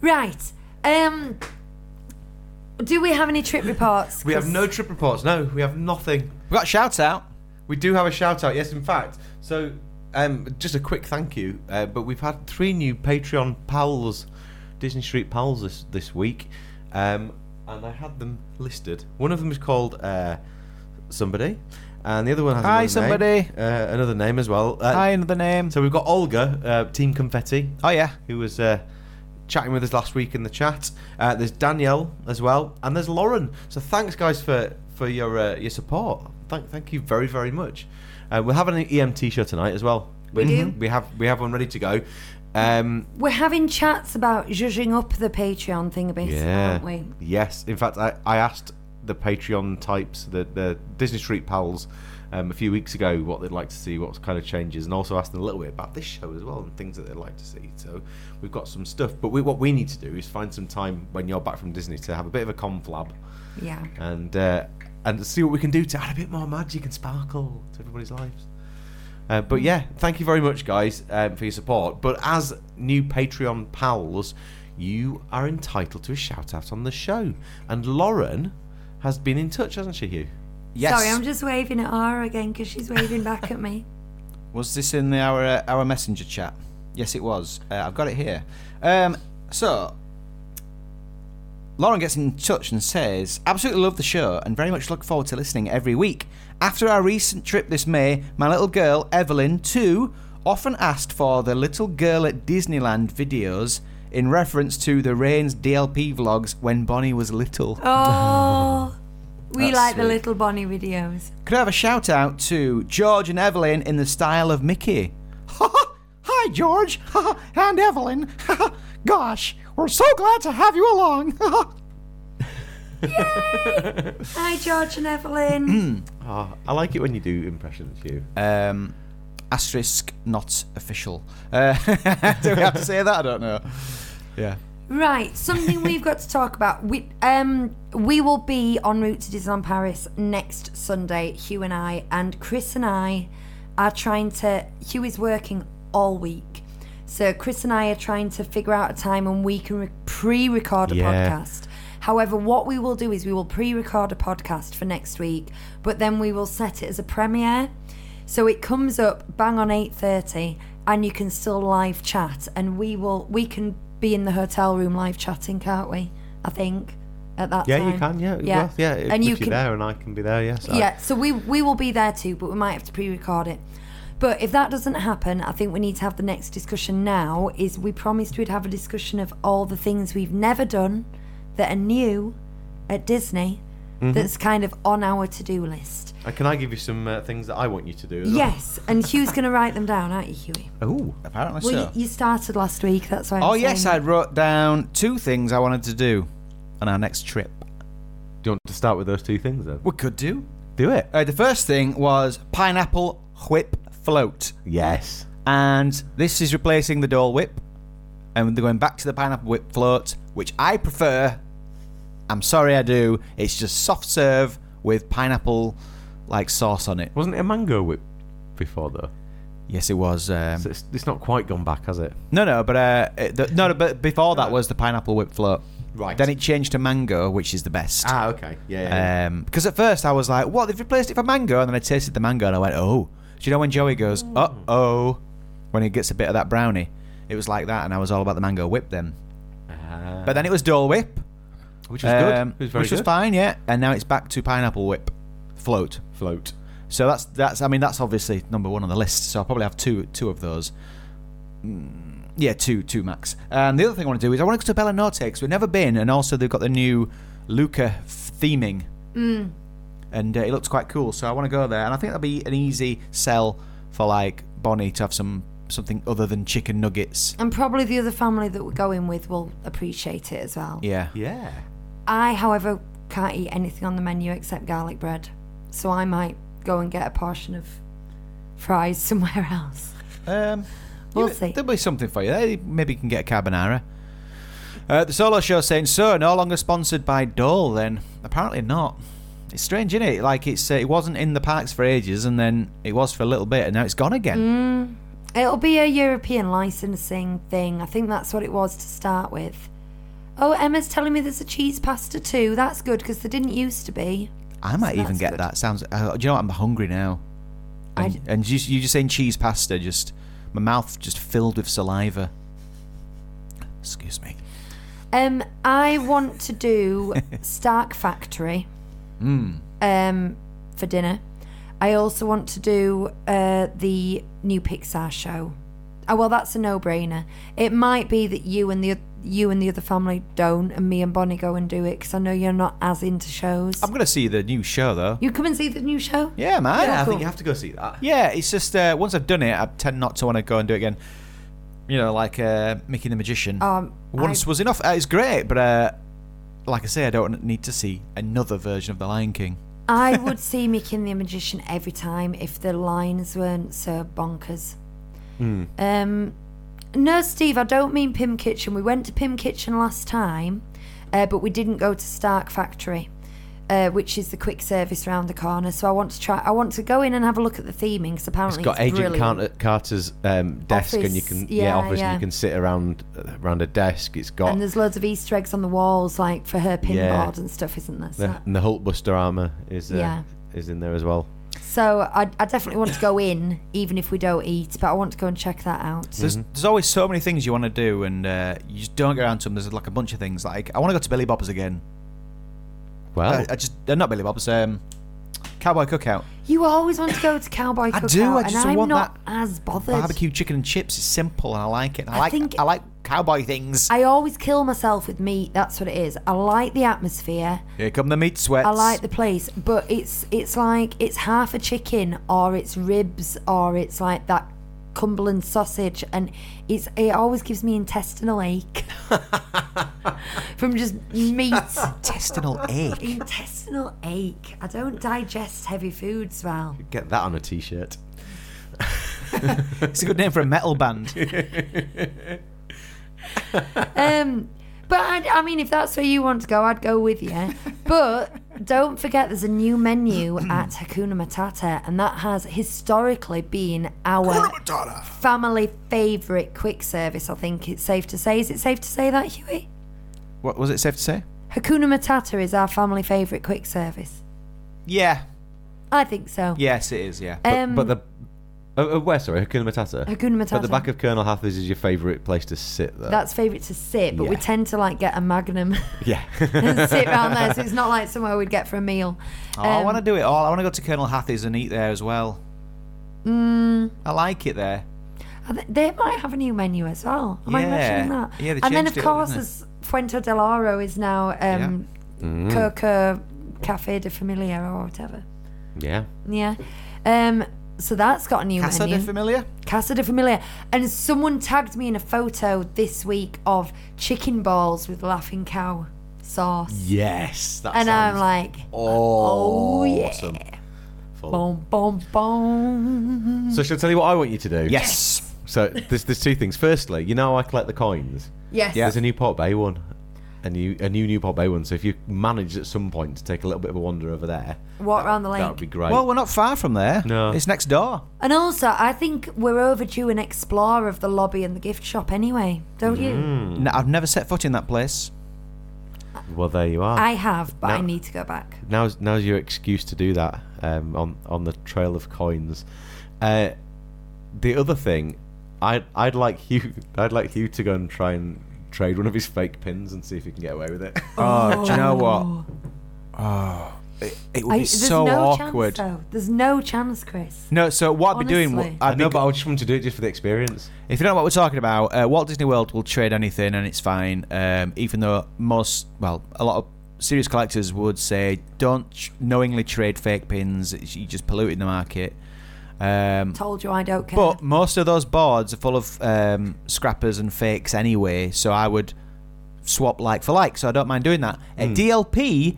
S3: Right. Um, do we have any trip reports?
S6: We have
S3: 'Cause-
S6: no trip reports. No, we have nothing.
S2: we got a shout out.
S6: We do have a shout out. Yes, in fact. So, um, just a quick thank you. Uh, but we've had three new Patreon pals, Disney Street pals this this week, um, and I had them listed. One of them is called uh, somebody, and the other one has
S2: Hi,
S6: another name.
S2: somebody.
S6: uh, another name as well. Uh,
S2: Hi, another name.
S6: So we've got Olga, uh, Team Confetti,
S2: Oh yeah,
S6: who was uh, chatting with us last week in the chat. Uh, there's Danielle as well, and there's Lauren. So thanks, guys, for for your uh, your support. Thank thank you very very much. Uh, we'll have an EMT show tonight as well. We
S3: do.
S6: We have we have one ready to go. Um,
S3: We're having chats about zhuzhing up the Patreon thing a bit,
S6: yeah.
S3: aren't we?
S6: Yes. In fact, I, I asked the Patreon types, the, the Disney Street pals, um, a few weeks ago what they'd like to see, what kind of changes, and also asked them a little bit about this show as well and things that they'd like to see. So we've got some stuff. But we, what we need to do is find some time when you're back from Disney to have a bit of a conflab
S3: Yeah.
S6: and uh, and see what we can do to add a bit more magic and sparkle to everybody's lives. Uh, but yeah, thank you very much, guys, um, for your support. But as new Patreon pals, you are entitled to a shout out on the show. And Lauren has been in touch, hasn't she, Hugh?
S2: yes.
S3: Sorry, I'm just waving at her again because she's waving back at me.
S2: Was this in our uh, our messenger chat? Yes, it was. Uh, I've got it here. Um, so, Lauren gets in touch and says, "Absolutely love the show and very much look forward to listening every week. After our recent trip this May, my little girl Evelyn, too, often asked for the little girl at Disneyland videos." In reference to the Rains DLP vlogs when Bonnie was little.
S3: Oh, we
S2: That's
S3: like the
S2: sweet.
S3: little Bonnie videos.
S2: Could I have a shout out to George and Evelyn in the style of Mickey? Hi, George and Evelyn. Gosh, we're so glad to have you along.
S3: Hi, George and Evelyn.
S6: Ah, I like it when you do impressions, you.
S2: Um, asterisk not official. Uh, do we have to say that? I don't know. Yeah.
S3: right, something we've got to talk about. We um we will be en route to Disneyland Paris next Sunday. Hugh and I and Chris and I are trying to. Hugh is working all week, so Chris and I are trying to figure out a time when we can re- pre-record a
S6: Yeah.
S3: podcast. However, what we will do is we will pre-record a podcast for next week, but then we will set it as a premiere. So it comes up bang on 8:30 and you can still live chat and we will we can be in the hotel room live chatting, can't we? I think at that
S6: Yeah,
S3: time.
S6: you can. Yeah,
S3: Yeah.
S6: well, yeah. If,
S3: And you
S6: if you're
S3: can-
S6: there, and I can be there. Yes. I-
S3: Yeah, so we we will be there too, but we might have to pre-record it. But if that doesn't happen, I think we need to have the next discussion now is we promised we'd have a discussion of all the things we've never done that are new at Disney
S6: Mm-hmm.
S3: that's kind of on our to-do list.
S6: Uh, Can I give you some uh, things that I want you to do? as well?
S3: Yes, and Hugh's going to write them down, aren't you, Hughie?
S2: Oh, apparently
S3: Well,
S2: so.
S3: you, you started last week, that's why. I'm
S2: oh yes, I
S3: saying-
S2: wrote down two things I wanted to do on our next trip.
S6: Do you want to start with those two things then?
S2: We could do.
S6: Do it.
S2: Uh, the first thing was pineapple whip float,
S6: Yes.
S2: and this is replacing the Dole whip, and they're going back to the pineapple whip float, which I prefer. I'm sorry, I do. It's just soft serve with pineapple like sauce on it.
S6: Wasn't it a mango whip before though?
S2: Yes, it was. Um,
S6: So it's, it's not quite gone back, has it?
S2: No, no, but uh, it- the, no, no, but before that was the pineapple whip float.
S6: Right.
S2: Then it changed to mango, which is the best.
S6: Ah, okay. Yeah.
S2: Um, because at first I was like, "What? They've replaced it for mango," and then I tasted the mango and I went, "Oh." Do you know when Joey goes,
S6: Mm.
S2: "Uh oh," when he gets a bit of that brownie? It was like that, and I was all about the mango whip then. But then it was Dole Whip,
S6: Uh, which was
S2: um,
S6: good. It was very
S2: which was
S6: good.
S2: fine, yeah. And now it's back to pineapple whip float.
S6: Float.
S2: So that's that's. I mean, that's obviously number one on the list. So I'll probably have two two of those. Mm, yeah, two two max. And the other thing I want to do is I want to go to Bella Norte 'cause we've never been, and also they've got the new Luca f- theming, and uh, it looks quite cool. So I want to go there, and I think that'll be an easy sell for like Bonnie to have some something other than chicken nuggets.
S3: And probably the other family that we're going with will appreciate it as well.
S2: Yeah,
S6: Yeah.
S3: I, however, can't eat anything on the menu except garlic bread. So I might go and get a portion of fries somewhere else.
S2: Um,
S3: We'll
S2: yeah,
S3: see.
S2: There'll be something for you. Eh, Maybe you can get a carbonara. Uh, the solo show saying so, no longer sponsored by Dole. Then apparently not. It's strange, isn't it? Like it's uh, it wasn't in the parks for ages, and then it was for a little bit, and now it's gone
S3: Mm.
S2: again.
S3: It'll be a European licensing thing. I think that's what it was to start with. Oh, Emma's telling me there's a cheese pasta too. That's good because there didn't used to be.
S2: I might
S3: So
S2: even
S3: that's
S2: get
S3: good.
S2: that. Sounds. Uh, do you know what? I'm hungry now.
S3: I
S2: And,
S3: d-
S2: and you, you just saying cheese pasta. Just my mouth just filled with saliva. Excuse me.
S3: Um, I want to do Stark Factory.
S2: Hmm.
S3: Um, for dinner. I also want to do uh, the new Pixar show. Oh well, that's a no-brainer. It might be that you and the you and the other family don't, and me and Bonnie go and do it because I know you're not as into shows.
S2: I'm gonna see the new show though.
S3: you come and see the new show.
S2: yeah, man.
S6: Yeah, I
S2: Cool.
S6: think you have to go see that.
S2: Yeah, it's just uh, once I've done it, I tend not to want to go and do it again. You know, like uh, Mickey the Magician.
S3: Um,
S2: once was enough. Uh, it's great, but uh, like I say, I don't need to see another version of The Lion King.
S3: I would see Mickey and the Magician every time if the lines weren't so bonkers.
S6: Hmm.
S3: Um, no, Steve, I don't mean Pim Kitchen. We went to Pim Kitchen last time, uh, but we didn't go to Stark Factory, uh, which is the quick service round the corner. So I want to try. I want to go in and have a look at the theming because apparently
S6: It's
S3: it's,
S6: got Agent
S3: brilliant.
S6: Carter, Carter's um, desk, and you
S3: Office,
S6: can
S3: yeah,
S6: yeah, office, and
S3: yeah.
S6: you can sit around uh, around a desk. It's got
S3: and there's loads of Easter eggs on the walls, like for her pinboard
S6: Yeah.
S3: and stuff, isn't there? So,
S6: the, and the Hulkbuster armor is uh,
S3: Yeah.
S6: is in there as well.
S3: so I, I definitely want to go in, even if we don't eat. But I want to go and check that out.
S2: There's, there's always so many things you want to do, and uh, you just don't get around to them. There's like a bunch of things. Like I want to go to Billy Bob's again.
S6: Well,
S2: I, I just uh, not Billy Bob's. Um, Cowboy Cookout.
S3: You always want to go to Cowboy
S2: I
S3: Cookout,
S2: do, I just
S3: and I'm
S2: want
S3: not
S2: that
S3: as bothered.
S2: Barbecue chicken and chips is simple, and I like it. I,
S3: I
S2: like
S3: think-
S2: I like cowboy things.
S3: I always kill myself with meat. That's what it is. I like the atmosphere.
S2: Here come the meat sweats.
S3: I like the place, but it's it's like it's half a chicken or it's ribs or it's like that Cumberland sausage, and it's it always gives me intestinal ache. from just meat,
S2: Intestinal ache.
S3: intestinal ache. I don't digest heavy foods well.
S6: Get that on a t-shirt.
S2: It's a good name for a metal band.
S3: Um, but I, I mean, if that's where you want to go, I'd go with you. But don't forget, there's a new menu at Hakuna Matata, and that has historically been our family favourite quick service. I think it's safe to say. Is it safe to say that, Huey?
S2: What was it safe to say?
S3: Hakuna Matata is our family favourite quick service.
S2: Yeah.
S3: I think so.
S2: Yes, it is. Yeah.
S3: Um,
S6: but the uh, uh, where sorry Hakuna Matata.
S3: Hakuna Matata.
S6: But the back of Colonel Hathaway's is your favourite place to sit though.
S3: that's favourite to sit, but we
S6: Yeah.
S3: tend to like get a magnum
S6: yeah.
S3: and sit round there, so it's not like somewhere we'd get for a meal.
S2: Oh, I want to do it all. I want to go to Colonel Hathie's and eat there as well. Mm. I like it there.
S3: I thi- Uh, They might have a new menu as well. Am I
S2: Yeah.
S3: mentioning that?
S2: Yeah, they
S3: and then,
S2: changed
S3: of
S2: it,
S3: course,
S2: didn't
S3: as Fuente del Oro is now um,
S2: Mm.
S3: Coca Cafe de Familia or whatever.
S6: yeah.
S3: Yeah. Um, so that's got a new
S2: Casa de
S3: menu.
S2: Familia.
S3: Casa de Familia. And someone tagged me in a photo this week of chicken balls with laughing cow sauce.
S2: Mm,
S6: Yes. That
S3: and I'm
S6: sounds
S3: like, oh, yeah.
S6: awesome. Full.
S3: Boom, boom, boom.
S6: So shall I tell you what I want you to do?
S2: Yes.
S6: So there's there's two things. Firstly, you know how I collect the coins.
S3: Yes.
S6: There's a new Port Bay one. A new a new Newport Bay one. So if you manage at some point to take a little bit of a wander over there,
S3: Walk around the lake.
S6: that would be great.
S2: Well, we're not far from there.
S6: No.
S2: It's next door.
S3: And also, I think we're overdue an explore of the lobby and the gift shop anyway, don't you?
S6: Mm.
S2: No, I've never set foot in that place.
S6: well there you are.
S3: I have, but I
S6: No.
S3: need to go back.
S6: now's now's your excuse to do that um, on on the trail of coins. Uh, the other thing, I'd I'd like Hugh I'd like Hugh to go and try and trade one of his fake pins and see if he can get away with it.
S2: Oh, do you know what? Oh, it, it would be
S3: I, there's
S2: so
S3: no
S2: awkward.
S3: chance, though. There's no chance, Chris.
S2: no, so what I'd be doing, w-
S3: Honestly.
S6: I
S2: I'd be
S6: know, but I just want to do it just for the experience.
S2: If you don't know what we're talking about, uh, Walt Disney World will trade anything and it's fine. Um, even though most, well, a lot of serious collectors would say don't ch- knowingly trade fake pins, it's- you just polluting the market. Um,
S3: Told you I don't care.
S2: but most of those boards are full of um, scrappers and fakes anyway, so I would swap like for like, so I don't mind doing that. At DLP,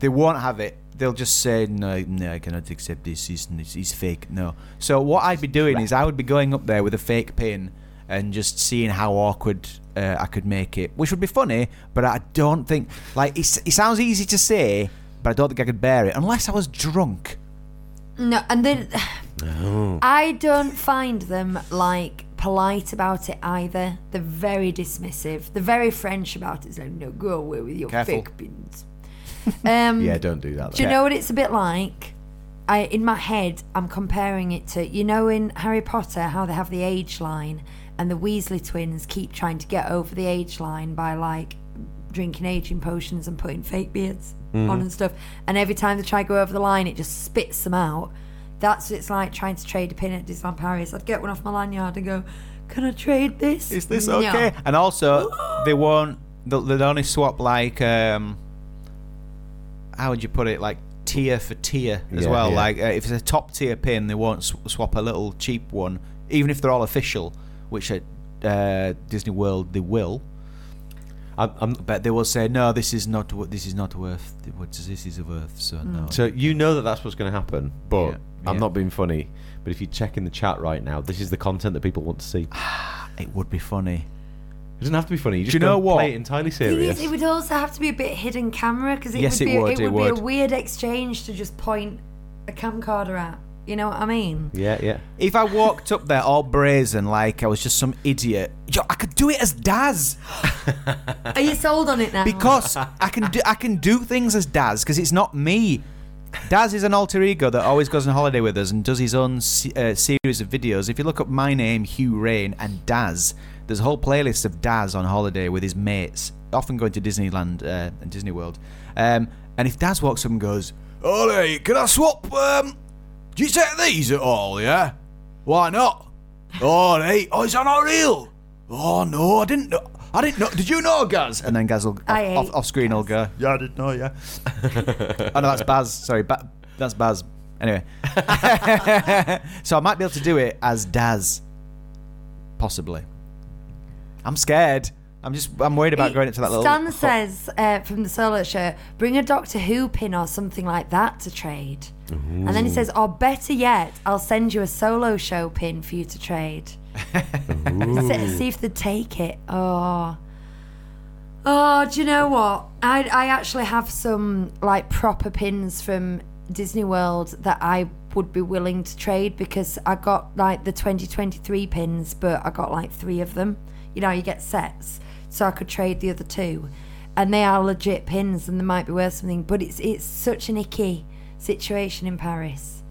S2: they won't have it. They'll just say, no, no, I cannot accept this. He's, he's fake. No. So what I'd be doing is I would be going up there with a fake pin and just seeing how awkward uh, I could make it, which would be funny, but I don't think, like, it's, it sounds easy to say, but I don't think I could bear it unless I was drunk.
S3: no, and then I don't find them like polite about it either. They're very dismissive. They're very French about it. It's like, no, go away with your
S2: Careful.
S3: fake pins. um,
S6: Yeah, don't do that.
S3: Do you know what it's a bit like? I, in my head, I'm comparing it to you know in Harry Potter how they have the age line, and the Weasley twins keep trying to get over the age line by like drinking aging potions and putting fake beards
S2: Mm-hmm.
S3: on and stuff. And every time they try to go over the line, it just spits them out. That's what it's like trying to trade a pin at Disneyland Paris. I'd get one off my lanyard and go, "Can I trade this?
S2: Is this
S3: No.
S2: okay? And also, they won't. They'll, they'll only swap like um, how would you put it? Like tier for tier as
S6: Yeah,
S2: well.
S6: yeah.
S2: Like uh, if it's a top tier pin, they won't sw- swap a little cheap one, even if they're all official, which at uh, Disney World they will.
S6: I'm, I'm,
S2: But they will say, no, this is not. wo- This is not worth. What this is worth. So no.
S6: so you know that that's what's going to happen, but
S2: Yeah,
S6: I'm
S2: yeah.
S6: not being funny. But if you check in the chat right now, this is the content that people want to see. It
S2: It would be funny.
S6: doesn't have to be funny. You just
S2: you know
S6: don't
S2: what?
S6: play it entirely
S3: Thing
S6: serious.
S3: is, it would also have to be a bit hidden camera because it,
S2: Yes,
S3: would
S2: it
S3: be,
S2: would,
S3: it
S2: it
S3: would be a
S2: would.
S3: weird exchange to just point a camcorder at. You know what I mean?
S6: Yeah, yeah.
S2: If I walked up there all brazen, like I was just some idiot, yo, I could do it as Daz.
S3: Are you sold on it now?
S2: because I can do I can do things as Daz because it's not me. Daz is an alter ego that always goes on holiday with us and does his own se- uh, series of videos. If you look up my name, Hugh Rain, and Daz, there's a whole playlist of Daz on holiday with his mates, often going to Disneyland uh, and Disney World. Um, and if Daz walks up and goes, "Ollie, can I swap? Um, do you take these at all? Yeah, why not? Oh, hey, oh, is that not real? Oh no, I didn't know. I didn't know. Did you know, Gaz? And then Gaz will
S3: I
S2: off,
S3: hate
S2: off, off screen. Will go. Yeah, I didn't know. Yeah. oh no, that's Baz. Sorry, ba- that's Baz. Anyway, so I might be able to do it as Daz, possibly. I'm scared. I'm just I'm worried about
S3: He-
S2: going into that little.
S3: Stan
S2: hut.
S3: says uh, from the solo show, bring a Doctor Who pin or something like that to trade. And then he says, or better yet, I'll send you a solo show pin for you to trade. see, see if they'd take it. Oh. Oh, do you know what? I, I actually have some like proper pins from Disney World that I would be willing to trade because I got like the 2023 pins, but I got like three of them. You know, you get sets, so I could trade the other two, and they are legit pins and they might be worth something. But it's it's such an icky situation in Paris.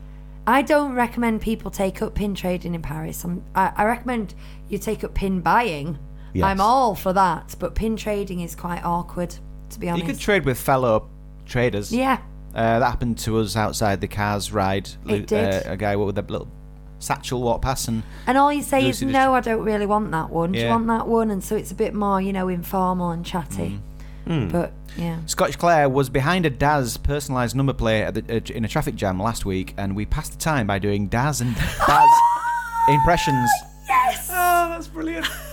S3: I don't recommend people take up pin trading in Paris. I'm, I, I recommend you take up pin buying. I'm all for that, but pin trading is quite awkward, to be honest.
S2: You could trade with fellow traders.
S3: yeah,
S2: Uh, that happened to us outside the cars ride. Lu-
S3: did.
S2: Uh, a guy with a little satchel walked past and
S3: and all you say
S2: Lucy
S3: is,
S2: just-
S3: "No, I don't really want that one. Do you
S2: Yeah.
S3: want that one?" And so it's a bit more, you know, informal and chatty.
S2: Mm.
S3: But yeah,
S2: Scotch Clare was behind a Daz personalised number plate at the, uh, in a traffic jam last week, and we passed the time by doing Daz and Baz Eh. impressions.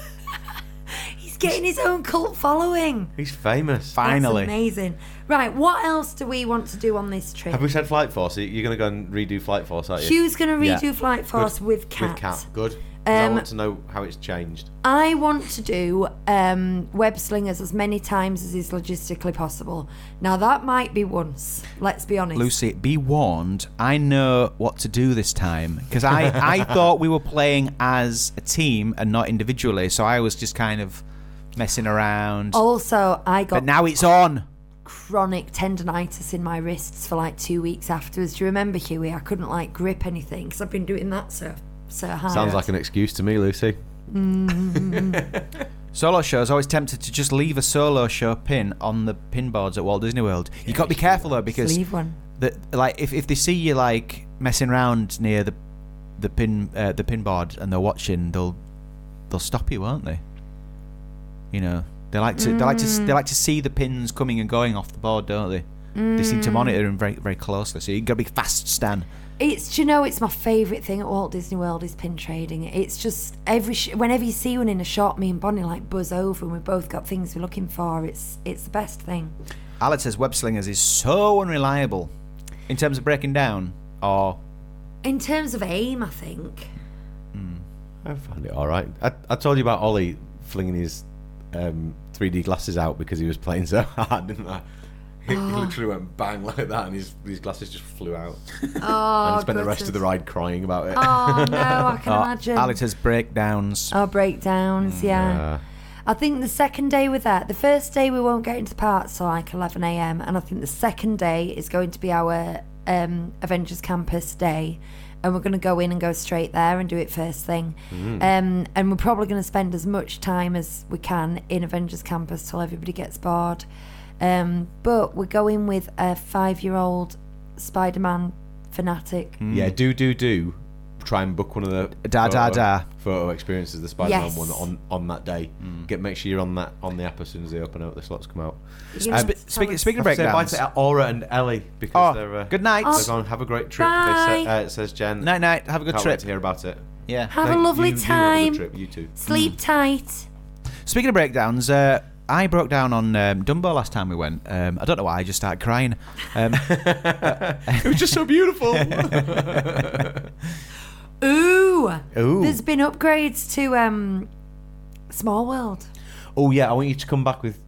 S3: he's getting his own cult following.
S6: He's famous.
S3: That's
S2: Finally,
S3: amazing. Right, what else do we want to do on this trip?
S6: Have we said Flight Force? You're going to go and redo Flight Force, aren't you?
S3: Hugh's going to
S2: Yeah.
S3: redo Flight Force with Cat.
S6: With Cat. Good. 'Cause I
S3: Um,
S6: want to know how it's changed.
S3: I want to do um, web slingers as many times as is logistically possible. Now that might be once. Let's be honest.
S2: Lucy, be warned. I know what to do this time because I I thought we were playing as a team and not individually, so I was just kind of messing around.
S3: Oh. Also, I got
S2: But now it's on.
S3: chronic tendonitis in my wrists for like two weeks afterwards. Do you remember, Huey? I couldn't like grip anything because I've been doing that so so hard.
S6: Sounds like an excuse to me, Lucy.
S2: Solo shows, always tempted to just leave a solo show pin on the pin boards at Walt Disney World. You got to be careful though, because
S3: leave one.
S2: that like if, if they see you like messing around near the the pin uh, the pin board and they're watching, they'll they'll stop you, won't they? You know, they like to they like to
S3: Mm.
S2: they like to see the pins coming and going off the board, don't they? They seem to monitor
S3: Mm.
S2: them very very closely. So you got to be fast, Stan.
S3: It's do you know it's my favourite thing at Walt Disney World is pin trading. It's just every sh- whenever you see one in a shop, me and Bonnie like buzz over, and we've both got things we're looking for. It's it's the best thing.
S2: Alex says web slingers is so unreliable in terms of breaking down or
S3: In terms of aim, I think.
S6: I found it all right. I, I told you about Ollie flinging his um, 3D glasses out because he was playing so hard, didn't I? He,
S3: Oh.
S6: he literally went bang like that, and his, his glasses just flew out. and he spent the rest of the ride crying about it.
S3: Oh no, I can imagine.
S2: Alex has breakdowns.
S3: Our breakdowns, Mm, yeah.
S6: Uh,
S3: I think the second day with that, the first day we won't get into parts till like 11 a.m. And I think the second day is going to be our um, Avengers Campus day. And we're going to go in and go straight there and do it first thing. Um, and we're probably going to spend as much time as we can in Avengers Campus till everybody gets bored. Um, but we're going with a five year old Spider Man fanatic.
S6: yeah, do, do, do. Try and book one of the
S2: Da, da,
S6: photo,
S2: da.
S6: photo experiences, the Spider-Man
S3: Yes.
S6: one on, on that day.
S2: Hmm.
S6: Get make sure you're on that on the app as soon as they open up. The slots come out.
S3: You know,
S2: Spe- speaking, speaking of
S6: Say bye
S2: breakdowns,
S6: to Aura and Ellie because they're
S2: oh,
S6: uh,
S2: good night.
S6: They're gone. Have a great trip. They
S3: Bye.
S6: sa- uh, it says Jen.
S2: Night night. Have a good
S6: Can't wait
S2: trip.
S6: to hear about it.
S2: Yeah.
S3: have a
S6: Thank-
S3: lovely
S6: you- you have a
S3: time.
S6: good trip, Hmm. you too.
S3: Sleep tight.
S2: Speaking of breakdowns, uh, I broke down on um, Dumbo last time we went. Um, I don't know why. I just started crying. Um,
S6: It was just so beautiful.
S3: Ooh.
S6: Ooh.
S3: There's been upgrades to um, Small World.
S6: oh yeah, I want you to come back with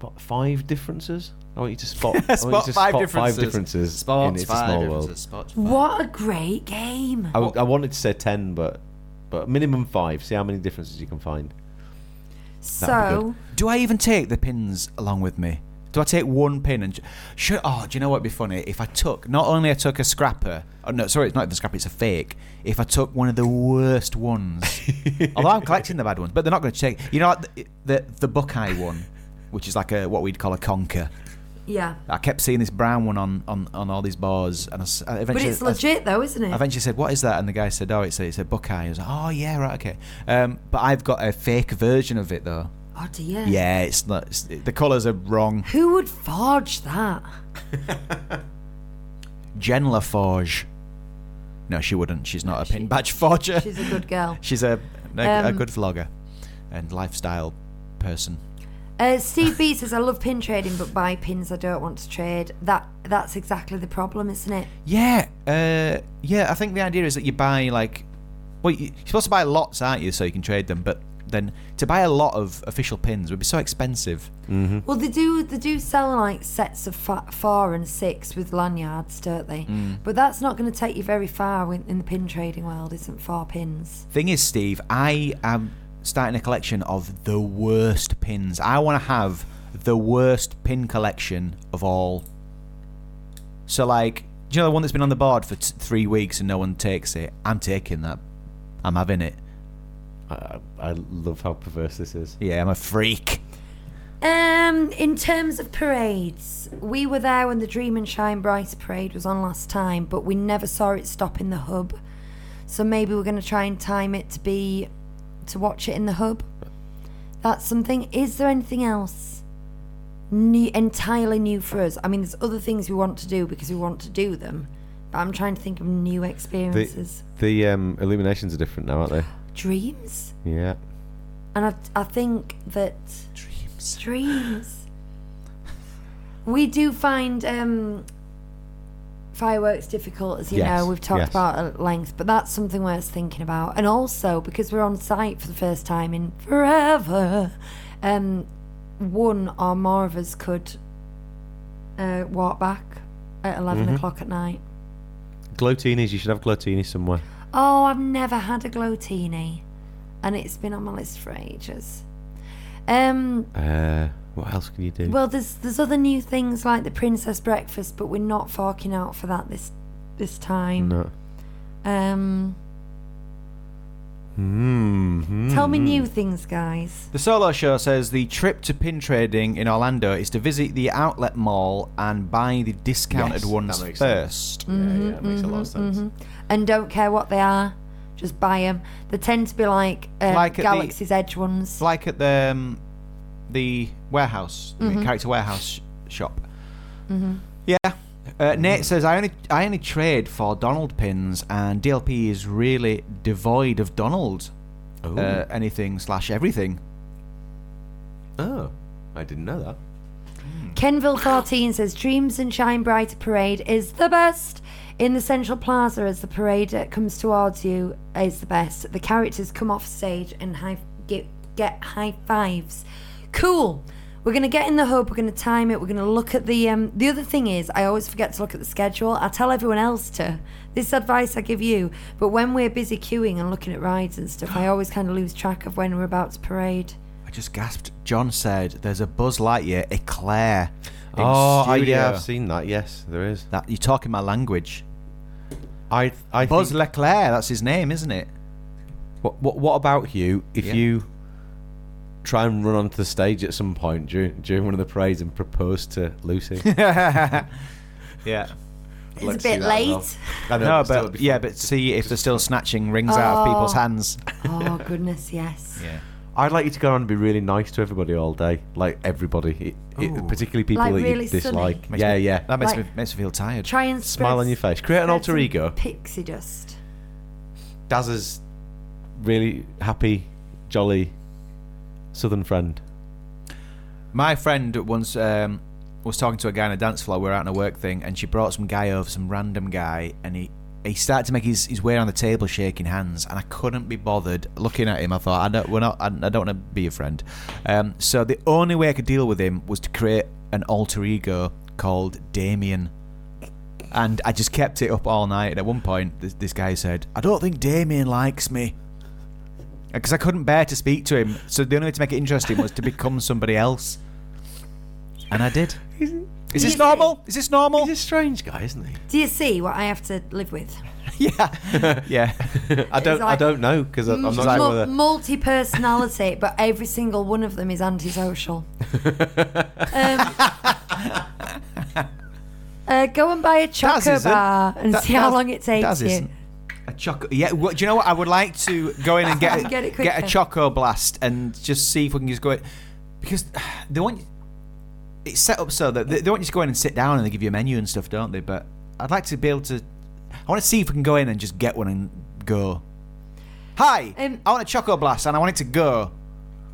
S6: what, five differences. I want you to spot, I want you
S2: Spot
S6: to
S2: five
S6: spot
S2: differences.
S6: Five differences. in
S2: Spots,
S6: It's a Small World.
S3: What a great game.
S6: I, w- I wanted to say ten, but but minimum five. See how many differences you can find.
S3: so,
S2: Do I even take the pins along with me? Do I take one pin and ju- should? Oh, do you know what'd be funny if I took? Not only I took a scrapper. Oh no, sorry, it's not the scrapper. It's a fake. If I took one of the worst ones, although I'm collecting the bad ones, but they're not going to take. You know, like the the, the Buckeye one, which is like a what we'd call a conker.
S3: yeah.
S2: I kept seeing this brown one on, on, on all these bars, and I, s- I
S3: But
S2: eventually
S3: it's
S2: I-
S3: legit, though, isn't
S2: I
S3: it?
S2: eventually said, "What is that?" And the guy said, "Oh, it's a, it's a Buckeye." I was like, "Oh yeah, right, okay." Um, but I've got a fake version of it though.
S3: Oh, dear.
S2: Yeah, it's not. It's, the colours are wrong.
S3: Who would forge that?
S2: Jen Laforge. No, she wouldn't. She's not a pin badge forger.
S3: She's a good girl.
S2: She's a a, a
S3: Um,
S2: good vlogger and lifestyle person?
S3: Uh, Steve B says, "I love pin trading, but buy pins I don't want to trade." That that's exactly the problem, isn't it?
S2: Yeah, uh, yeah. I think the idea is that you buy like, well, you- you're supposed to buy lots, aren't you, so you can trade them. But then to buy a lot of official pins would be so expensive.
S3: Well, they do they do sell like sets of fa- four and six with lanyards, don't they? But that's not going to take you very far in, in the pin trading world, isn't four pins?
S2: Thing is, Steve, I am starting a collection of the worst pins. I want to have the worst pin collection of all. So, like, do you know the one that's been on the board for t- three weeks and no one takes it? I'm taking that. I'm having it.
S6: I, I love how perverse this is.
S2: Yeah, I'm a freak.
S3: Um, in terms of parades, we were there when the Dream and Shine Brighter parade was on last time, but we never saw it stop in the hub. So maybe we're going to try and time it to be to watch it in the hub. That's something. Is there anything else new, entirely new for us? I mean, there's other things we want to do because we want to do them, but I'm trying to think of new experiences,
S6: The, the um, illuminations are different now, aren't they?
S3: dreams,
S6: Yeah.
S3: and I, I think that
S2: Dreams.
S3: Dreams. we do find um, fireworks difficult, as you
S6: Yes,
S3: know. We've talked
S6: yes.
S3: about at length, but that's something worth thinking about. And also because we're on site for the first time in forever, um, one or more of us could uh, walk back at 11
S6: Mm-hmm.
S3: o'clock at night.
S6: Glotinis, you should have glotinis somewhere.
S3: Oh, I've never had a glotini, and it's been on my list for ages. Um,
S6: Uh, what else can you do?
S3: Well, there's there's other new things like the princess breakfast, but we're not forking out for that this this time.
S6: no.
S3: Um,
S6: Mm-hmm.
S3: tell me new things, guys.
S2: The Solo Show says the trip to pin trading in Orlando is to visit the outlet mall and buy the discounted
S6: Yes,
S2: ones
S6: that makes
S2: first.
S6: yeah, yeah, it makes a lot of sense.
S3: And don't care what they are, just buy them. They tend to be like, uh,
S2: Like at the-
S3: Galaxy's Edge ones.
S2: It's like at the um, the warehouse, the character warehouse sh- shop. Yeah. Uh, Nate says I only I only trade for Donald pins, and DLP is really devoid of Donald. Uh, anything slash everything.
S6: Oh, I didn't know that.
S3: Kenville 14 says Dreams and Shine Brighter Parade is the best. In the Central Plaza, as the parade uh, comes towards you, is the best. The characters come off stage and high, get, get high fives. Cool. We're gonna get in the hub. We're gonna time it. We're gonna look at the. Um, the other thing is, I always forget to look at the schedule. I tell everyone else to. This advice I give you, but when we're busy queuing and looking at rides and stuff, I always kind of lose track of when we're about to parade.
S2: I just gasped. John said, "There's a Buzz Lightyear eclair." in
S6: Oh, I-
S2: studio."
S6: yeah, I've seen that. Yes, there is.
S2: That you're talking my language.
S6: I, I
S2: Buzz
S6: think-
S2: Leclerc, that's his name, isn't it?
S6: What, what what about you if
S2: Yeah.
S6: you try and run onto the stage at some point during during one of the parades and propose to Lucy?
S2: Yeah.
S3: It's a bit late.
S6: I know,
S2: No,
S6: but still it'd
S2: but
S6: be
S2: yeah,
S6: fun.
S2: but see if they're still snatching rings out of
S3: Oh.
S2: people's hands.
S3: oh goodness, yes.
S2: Yeah.
S6: I'd like you to go around and be really nice to everybody all day, like everybody, It- it-
S2: Ooh.
S6: particularly people
S3: Like
S6: that
S3: really
S6: you
S3: sunny.
S6: dislike.
S2: Makes
S6: yeah,
S2: me-
S6: yeah.
S2: That makes
S3: Like-
S2: me makes me feel tired.
S3: Try and
S6: Smile on
S3: spread-
S6: your face. Create an
S3: spread
S6: alter
S3: some
S6: ego.
S3: Pixie dust.
S6: Dazza's really happy, jolly southern friend.
S2: My friend once um, was talking to a guy on a dance floor. We were out on a work thing, and she brought some guy over, some random guy, and he. He started to make his, his way around the table, shaking hands, and I couldn't be bothered looking at him. I thought, I don't, we're not, I, I don't want to be a friend. Um, so the only way I could deal with him was to create an alter ego called Damien, and I just kept it up all night. And at one point, this, this guy said, "I don't think Damien likes me," because I couldn't bear to speak to him. So the only way to make it interesting was to become somebody else. And I did. Is this normal? Is this normal?
S6: He's a strange guy, isn't he?
S3: Do you see what I have to live with?
S2: yeah. yeah.
S6: I don't, I
S3: like-
S6: don't know because
S2: Mm,
S6: I'm not sure
S3: Mul-
S6: whether.
S3: multi-personality, but every single one of them is antisocial. um, uh, go and buy a choco
S2: isn't-
S3: bar and
S2: that-
S3: see how
S2: Daz-
S3: long it takes
S2: Daz
S3: you.
S2: isn't. A choco. Yeah. Well, do you know what? I would like to go in and get a,
S3: Get it
S2: get a
S3: quicker.
S2: choco blast and just see if we can just go in because they want you- it's set up so that they, they want you to go in and sit down and they give you a menu and stuff, don't they? But I'd like to be able to. I want to see if we can go in and just get one and go. Hi.
S3: Um,
S2: I want a choco blast and I want it to go.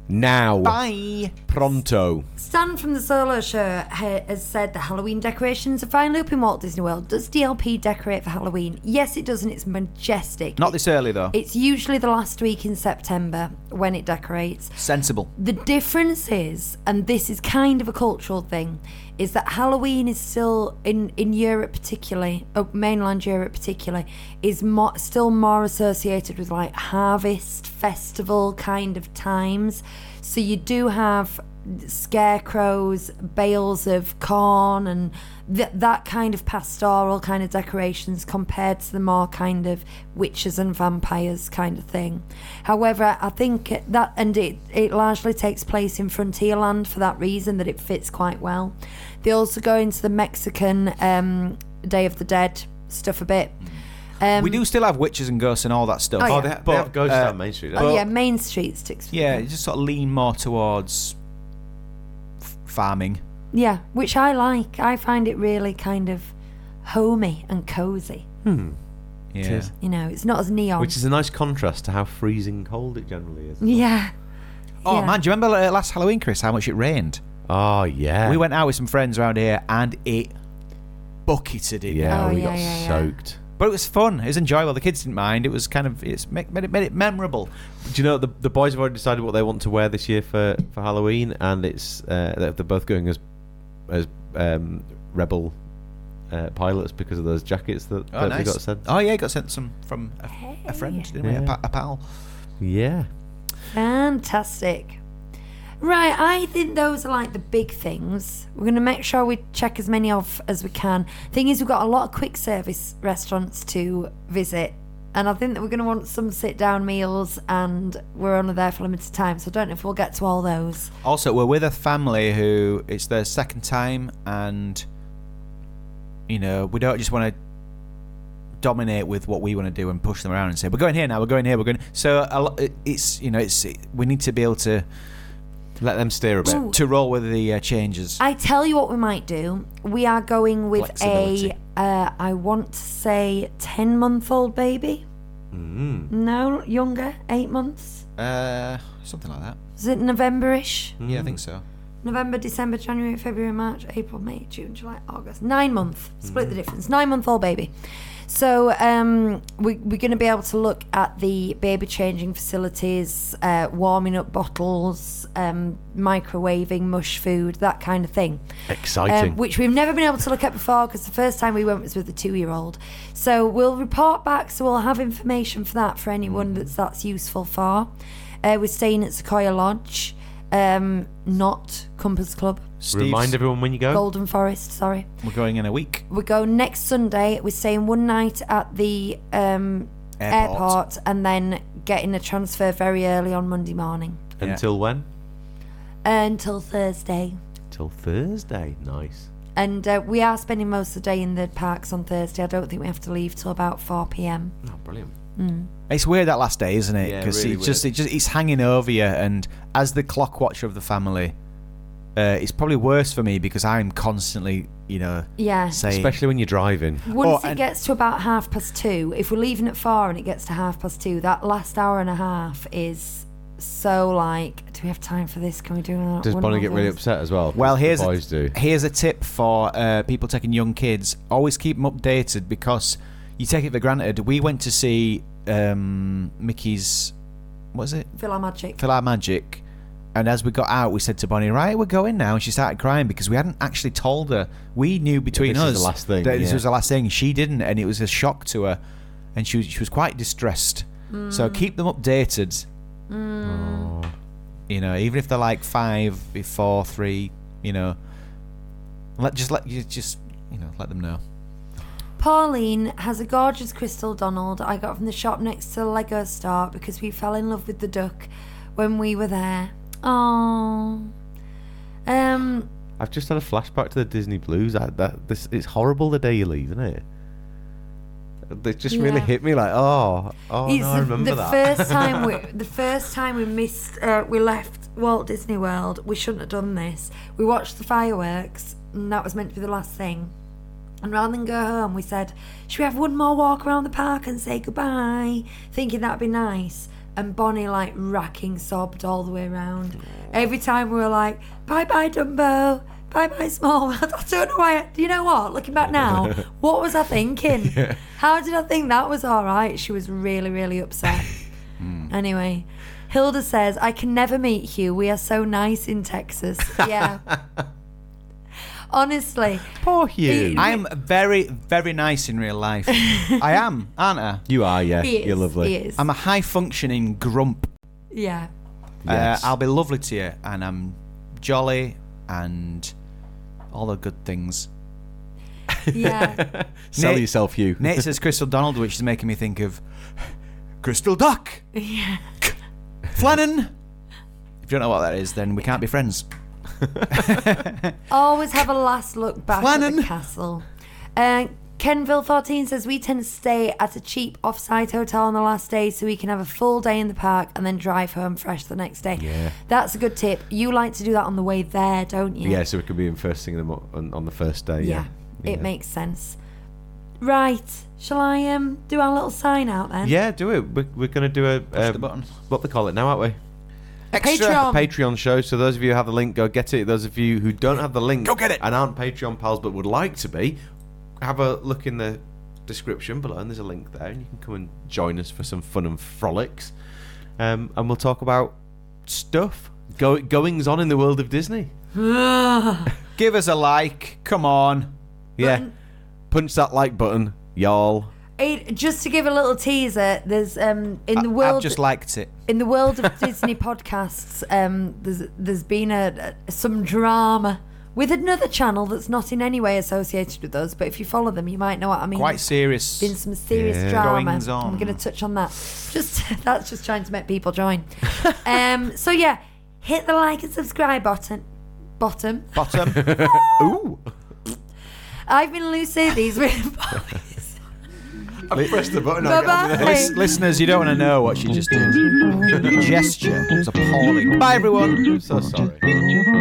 S6: Now.
S2: Bye.
S6: Pronto.
S3: Stan from the Solo Show ha- has said the Halloween decorations are finally up in Walt Disney World. Does DLP decorate for Halloween? Yes, it does, and it's majestic.
S2: Not this early though.
S3: It's usually the last week in September when it decorates.
S2: Sensible.
S3: The difference is, and this is kind of a cultural thing, is that Halloween is still in in Europe, particularly oh, mainland Europe, particularly, is mo- still more associated with like harvest festival kind of times. So you do have scarecrows, bales of corn, and th- that kind of pastoral kind of decorations compared to the more kind of witches and vampires kind of thing. However, I think it- that, and it, it largely takes place in Frontierland for that reason, that it fits quite well. They also go into the Mexican um, Day of the Dead stuff a bit. Um,
S2: Mm-hmm. we do still have witches and ghosts and all that stuff.
S3: Oh, yeah.
S6: Oh, they, ha-
S2: But,
S6: they have ghosts
S2: uh,
S6: on Main Street. don't
S3: Oh,
S6: they?
S3: yeah, Main Street sticks. with
S2: Yeah,
S3: me.
S2: you just sort of lean more towards f- farming.
S3: Yeah, which I like. I find it really kind of homey and cozy.
S2: Yeah.
S6: is.
S3: You know, it's not as neon.
S6: Which is a nice contrast to how freezing cold it generally is.
S3: yeah.
S2: Oh
S3: Yeah.
S2: man, do you remember uh, last Halloween, Chris? How much it rained?
S6: Oh, yeah.
S2: We went out with some friends around here, and it bucketed it.
S6: Yeah,
S3: Oh,
S6: we
S3: yeah,
S6: got
S3: yeah, yeah.
S6: soaked.
S2: but it was fun. It was enjoyable. The kids didn't mind. It was kind of it's made, made it made it memorable.
S6: Do you know the, the boys have already decided what they want to wear this year for, for Halloween, and it's uh, they're they're both going as as um, rebel uh, pilots because of those jackets that,
S2: Oh,
S6: that
S2: nice.
S6: we got sent.
S2: Oh yeah, got sent some from a, a friend, didn't we? A,
S6: Yeah.
S2: pa- a pal.
S6: Yeah,
S3: Fantastic. Right, I think those are like the big things. We're going to make sure we check as many off as we can. Thing is, we've got a lot of quick service restaurants to visit, and I think that we're going to want some sit down meals, and we're only there for a limited time, so I don't know if we'll get to all those.
S2: Also, we're with a family who it's their second time, and you know we don't just want to dominate with what we want to do and push them around and say we're going here now, we're going here, we're going. So a lo- it- it's you know it's it, we need to be able to
S6: let them steer a bit.
S3: Ooh.
S2: to roll with the uh, changes.
S3: I tell you what we might do. We are going with a,
S2: Flexibility.
S3: uh, I want to say, 10 month old baby. Mm. No, younger, eight months.
S2: Uh, something like that.
S3: Is it November-ish?
S2: Yeah, I think so.
S3: November, December, January, February, March, April, May, June, July, August. Nine month. Split the difference. Nine month old baby. So um, we, we're going to be able to look at the baby changing facilities, uh, warming up bottles, um, microwaving mush food, that kind of thing.
S6: Exciting.
S3: Um, which we've never been able to look at before because the first time we went was with a two year old. So we'll report back, so we'll have information for that for anyone that's, that's useful for. Uh, we're staying at Sequoia Lodge, um, not Compass Club,
S2: Steve's-
S6: Remind everyone when you go.
S3: Golden Forest, sorry.
S2: We're going in a week.
S3: We go next Sunday, we're staying one night at the um,
S2: Airport.
S3: airport and then getting a transfer very early on Monday morning
S6: Until when?
S3: until Thursday.
S6: Till Thursday. Nice.
S3: And uh, we are spending most of the day in the parks on Thursday. I don't think we have to leave till about 4 pm.
S6: Oh, brilliant.
S2: It's weird that last day, isn't it?
S6: Yeah,
S2: Because
S6: really
S2: it just
S6: weird.
S2: it just it's hanging over you, and as the clock watcher of the family, uh, it's probably worse for me because I'm constantly, you know,
S3: Yeah.
S2: saying.
S6: Especially when you're driving.
S3: Once
S2: Oh,
S3: it
S2: and-
S3: gets to about half past two, if we're leaving at four and it gets to half past two, that last hour and a half is so like, do we have time for this? Can we do another
S6: Does
S3: one
S6: Bonnie
S3: of
S6: get really
S3: those?
S6: upset as well?
S2: well,
S6: The
S2: here's a,
S6: boys do.
S2: here's a tip for uh, people taking young kids: always keep them updated because you take it for granted. We went to see um, Mickey's, what is it?
S3: Philomagic.
S2: Fill our magic. And as we got out, we said to Bonnie, "Right, we're going now." And she started crying because we hadn't actually told her. We knew between
S6: this
S2: us
S6: is the last thing,
S2: that this
S6: yeah.
S2: was the last thing. She didn't, and it was a shock to her, and she was, she was quite distressed. So keep them updated.
S6: Mm.
S2: You know, even if they're like five, four, three, you know, let just let you just you know let them know.
S3: Pauline has a gorgeous crystal Donald I got from the shop next to the Lego store because we fell in love with the duck when we were there. Oh. Um.
S6: I've just had a flashback to the Disney Blues. I, that this it's horrible the day you leave, isn't it? It just really
S3: Yeah.
S6: hit me like, oh, oh,
S3: It's
S6: no, I
S3: the-
S6: remember
S3: the
S6: that.
S3: first time we the first time we missed uh, we left Walt Disney World. We shouldn't have done this. We watched the fireworks, and that was meant to be the last thing. And rather than go home, we said, "Should we have one more walk around the park and say goodbye?" Thinking that'd be nice. and Bonnie like racking sobbed all the way around. Every time we were like, bye bye Dumbo, bye bye Small. I don't know why. I- Do you know what? Looking back now, what was I thinking? How did I think that was all right? She was really, really upset.
S6: Hmm.
S3: Anyway, Hilda says, I can never meet Hugh. We are so nice in Texas. Yeah. Honestly,
S2: Poor Hugh.
S3: He-
S2: I'm very, very nice in real life. I am, aren't I?
S6: You are, yeah.
S3: he is.
S6: You're lovely.
S3: He is.
S2: I'm a high functioning grump.
S3: yeah.
S6: Yes.
S2: Uh, I'll be lovely to you, and I'm jolly and all the good things.
S3: Yeah.
S6: Sell
S2: Nate-
S6: yourself, Hugh.
S2: Nate says Crystal Donald, which is making me think of Crystal Duck. Yeah. Flannan. If you don't know what that is, then we can't be friends.
S3: Always have a last look back at
S2: Flannan.
S3: the castle. Uh, Kenville14 says, We tend to stay at a cheap off site hotel on the last day so we can have a full day in the park and then drive home fresh the next day.
S6: Yeah.
S3: That's a good tip. You like to do that on the way there, don't you?
S6: Yeah, so we could be in first thing in the mo- on, on the first day.
S3: Yeah,
S6: Yeah.
S3: it
S6: Yeah.
S3: makes sense. Right, shall I um do our little sign out then?
S6: Yeah, do it. We're, we're going to do a.
S2: Push the
S6: um,
S2: button.
S6: What they call it now, aren't we?
S3: Patreon.
S6: Patreon show. So those of you who have the link, go get it. Those of you who don't have the link,
S2: Go get it.
S6: and aren't Patreon pals but would like to be, have a look in the description below, and there's a link there, and you can come and join us for some fun and frolics. Um, and we'll talk about stuff go, goings on in the world of Disney.
S2: Give us a like. Come on.
S6: Yeah, punch that like button, y'all.
S3: It- just to give a little teaser, there's um in the
S2: I've
S3: world
S2: just liked it.
S3: in the world of Disney podcasts, um there's there's been a, a- some drama with another channel that's not in any way associated with us. But if you follow them, you might know what I mean.
S2: Quite serious.
S3: been some serious
S6: Yeah.
S3: drama.
S2: Goings on.
S3: I'm going to touch on that. Just that's just trying to make people join. um, so yeah, hit the like and subscribe button. Bottom.
S2: Bottom.
S6: Ooh,
S3: I've been Lucy. These were boys.
S6: I pressed the button.
S3: Bye bye.
S2: Lis- listeners, you don't want to know what she just did. The gesture was appalling. Bye, everyone.
S6: I'm so sorry.
S7: Just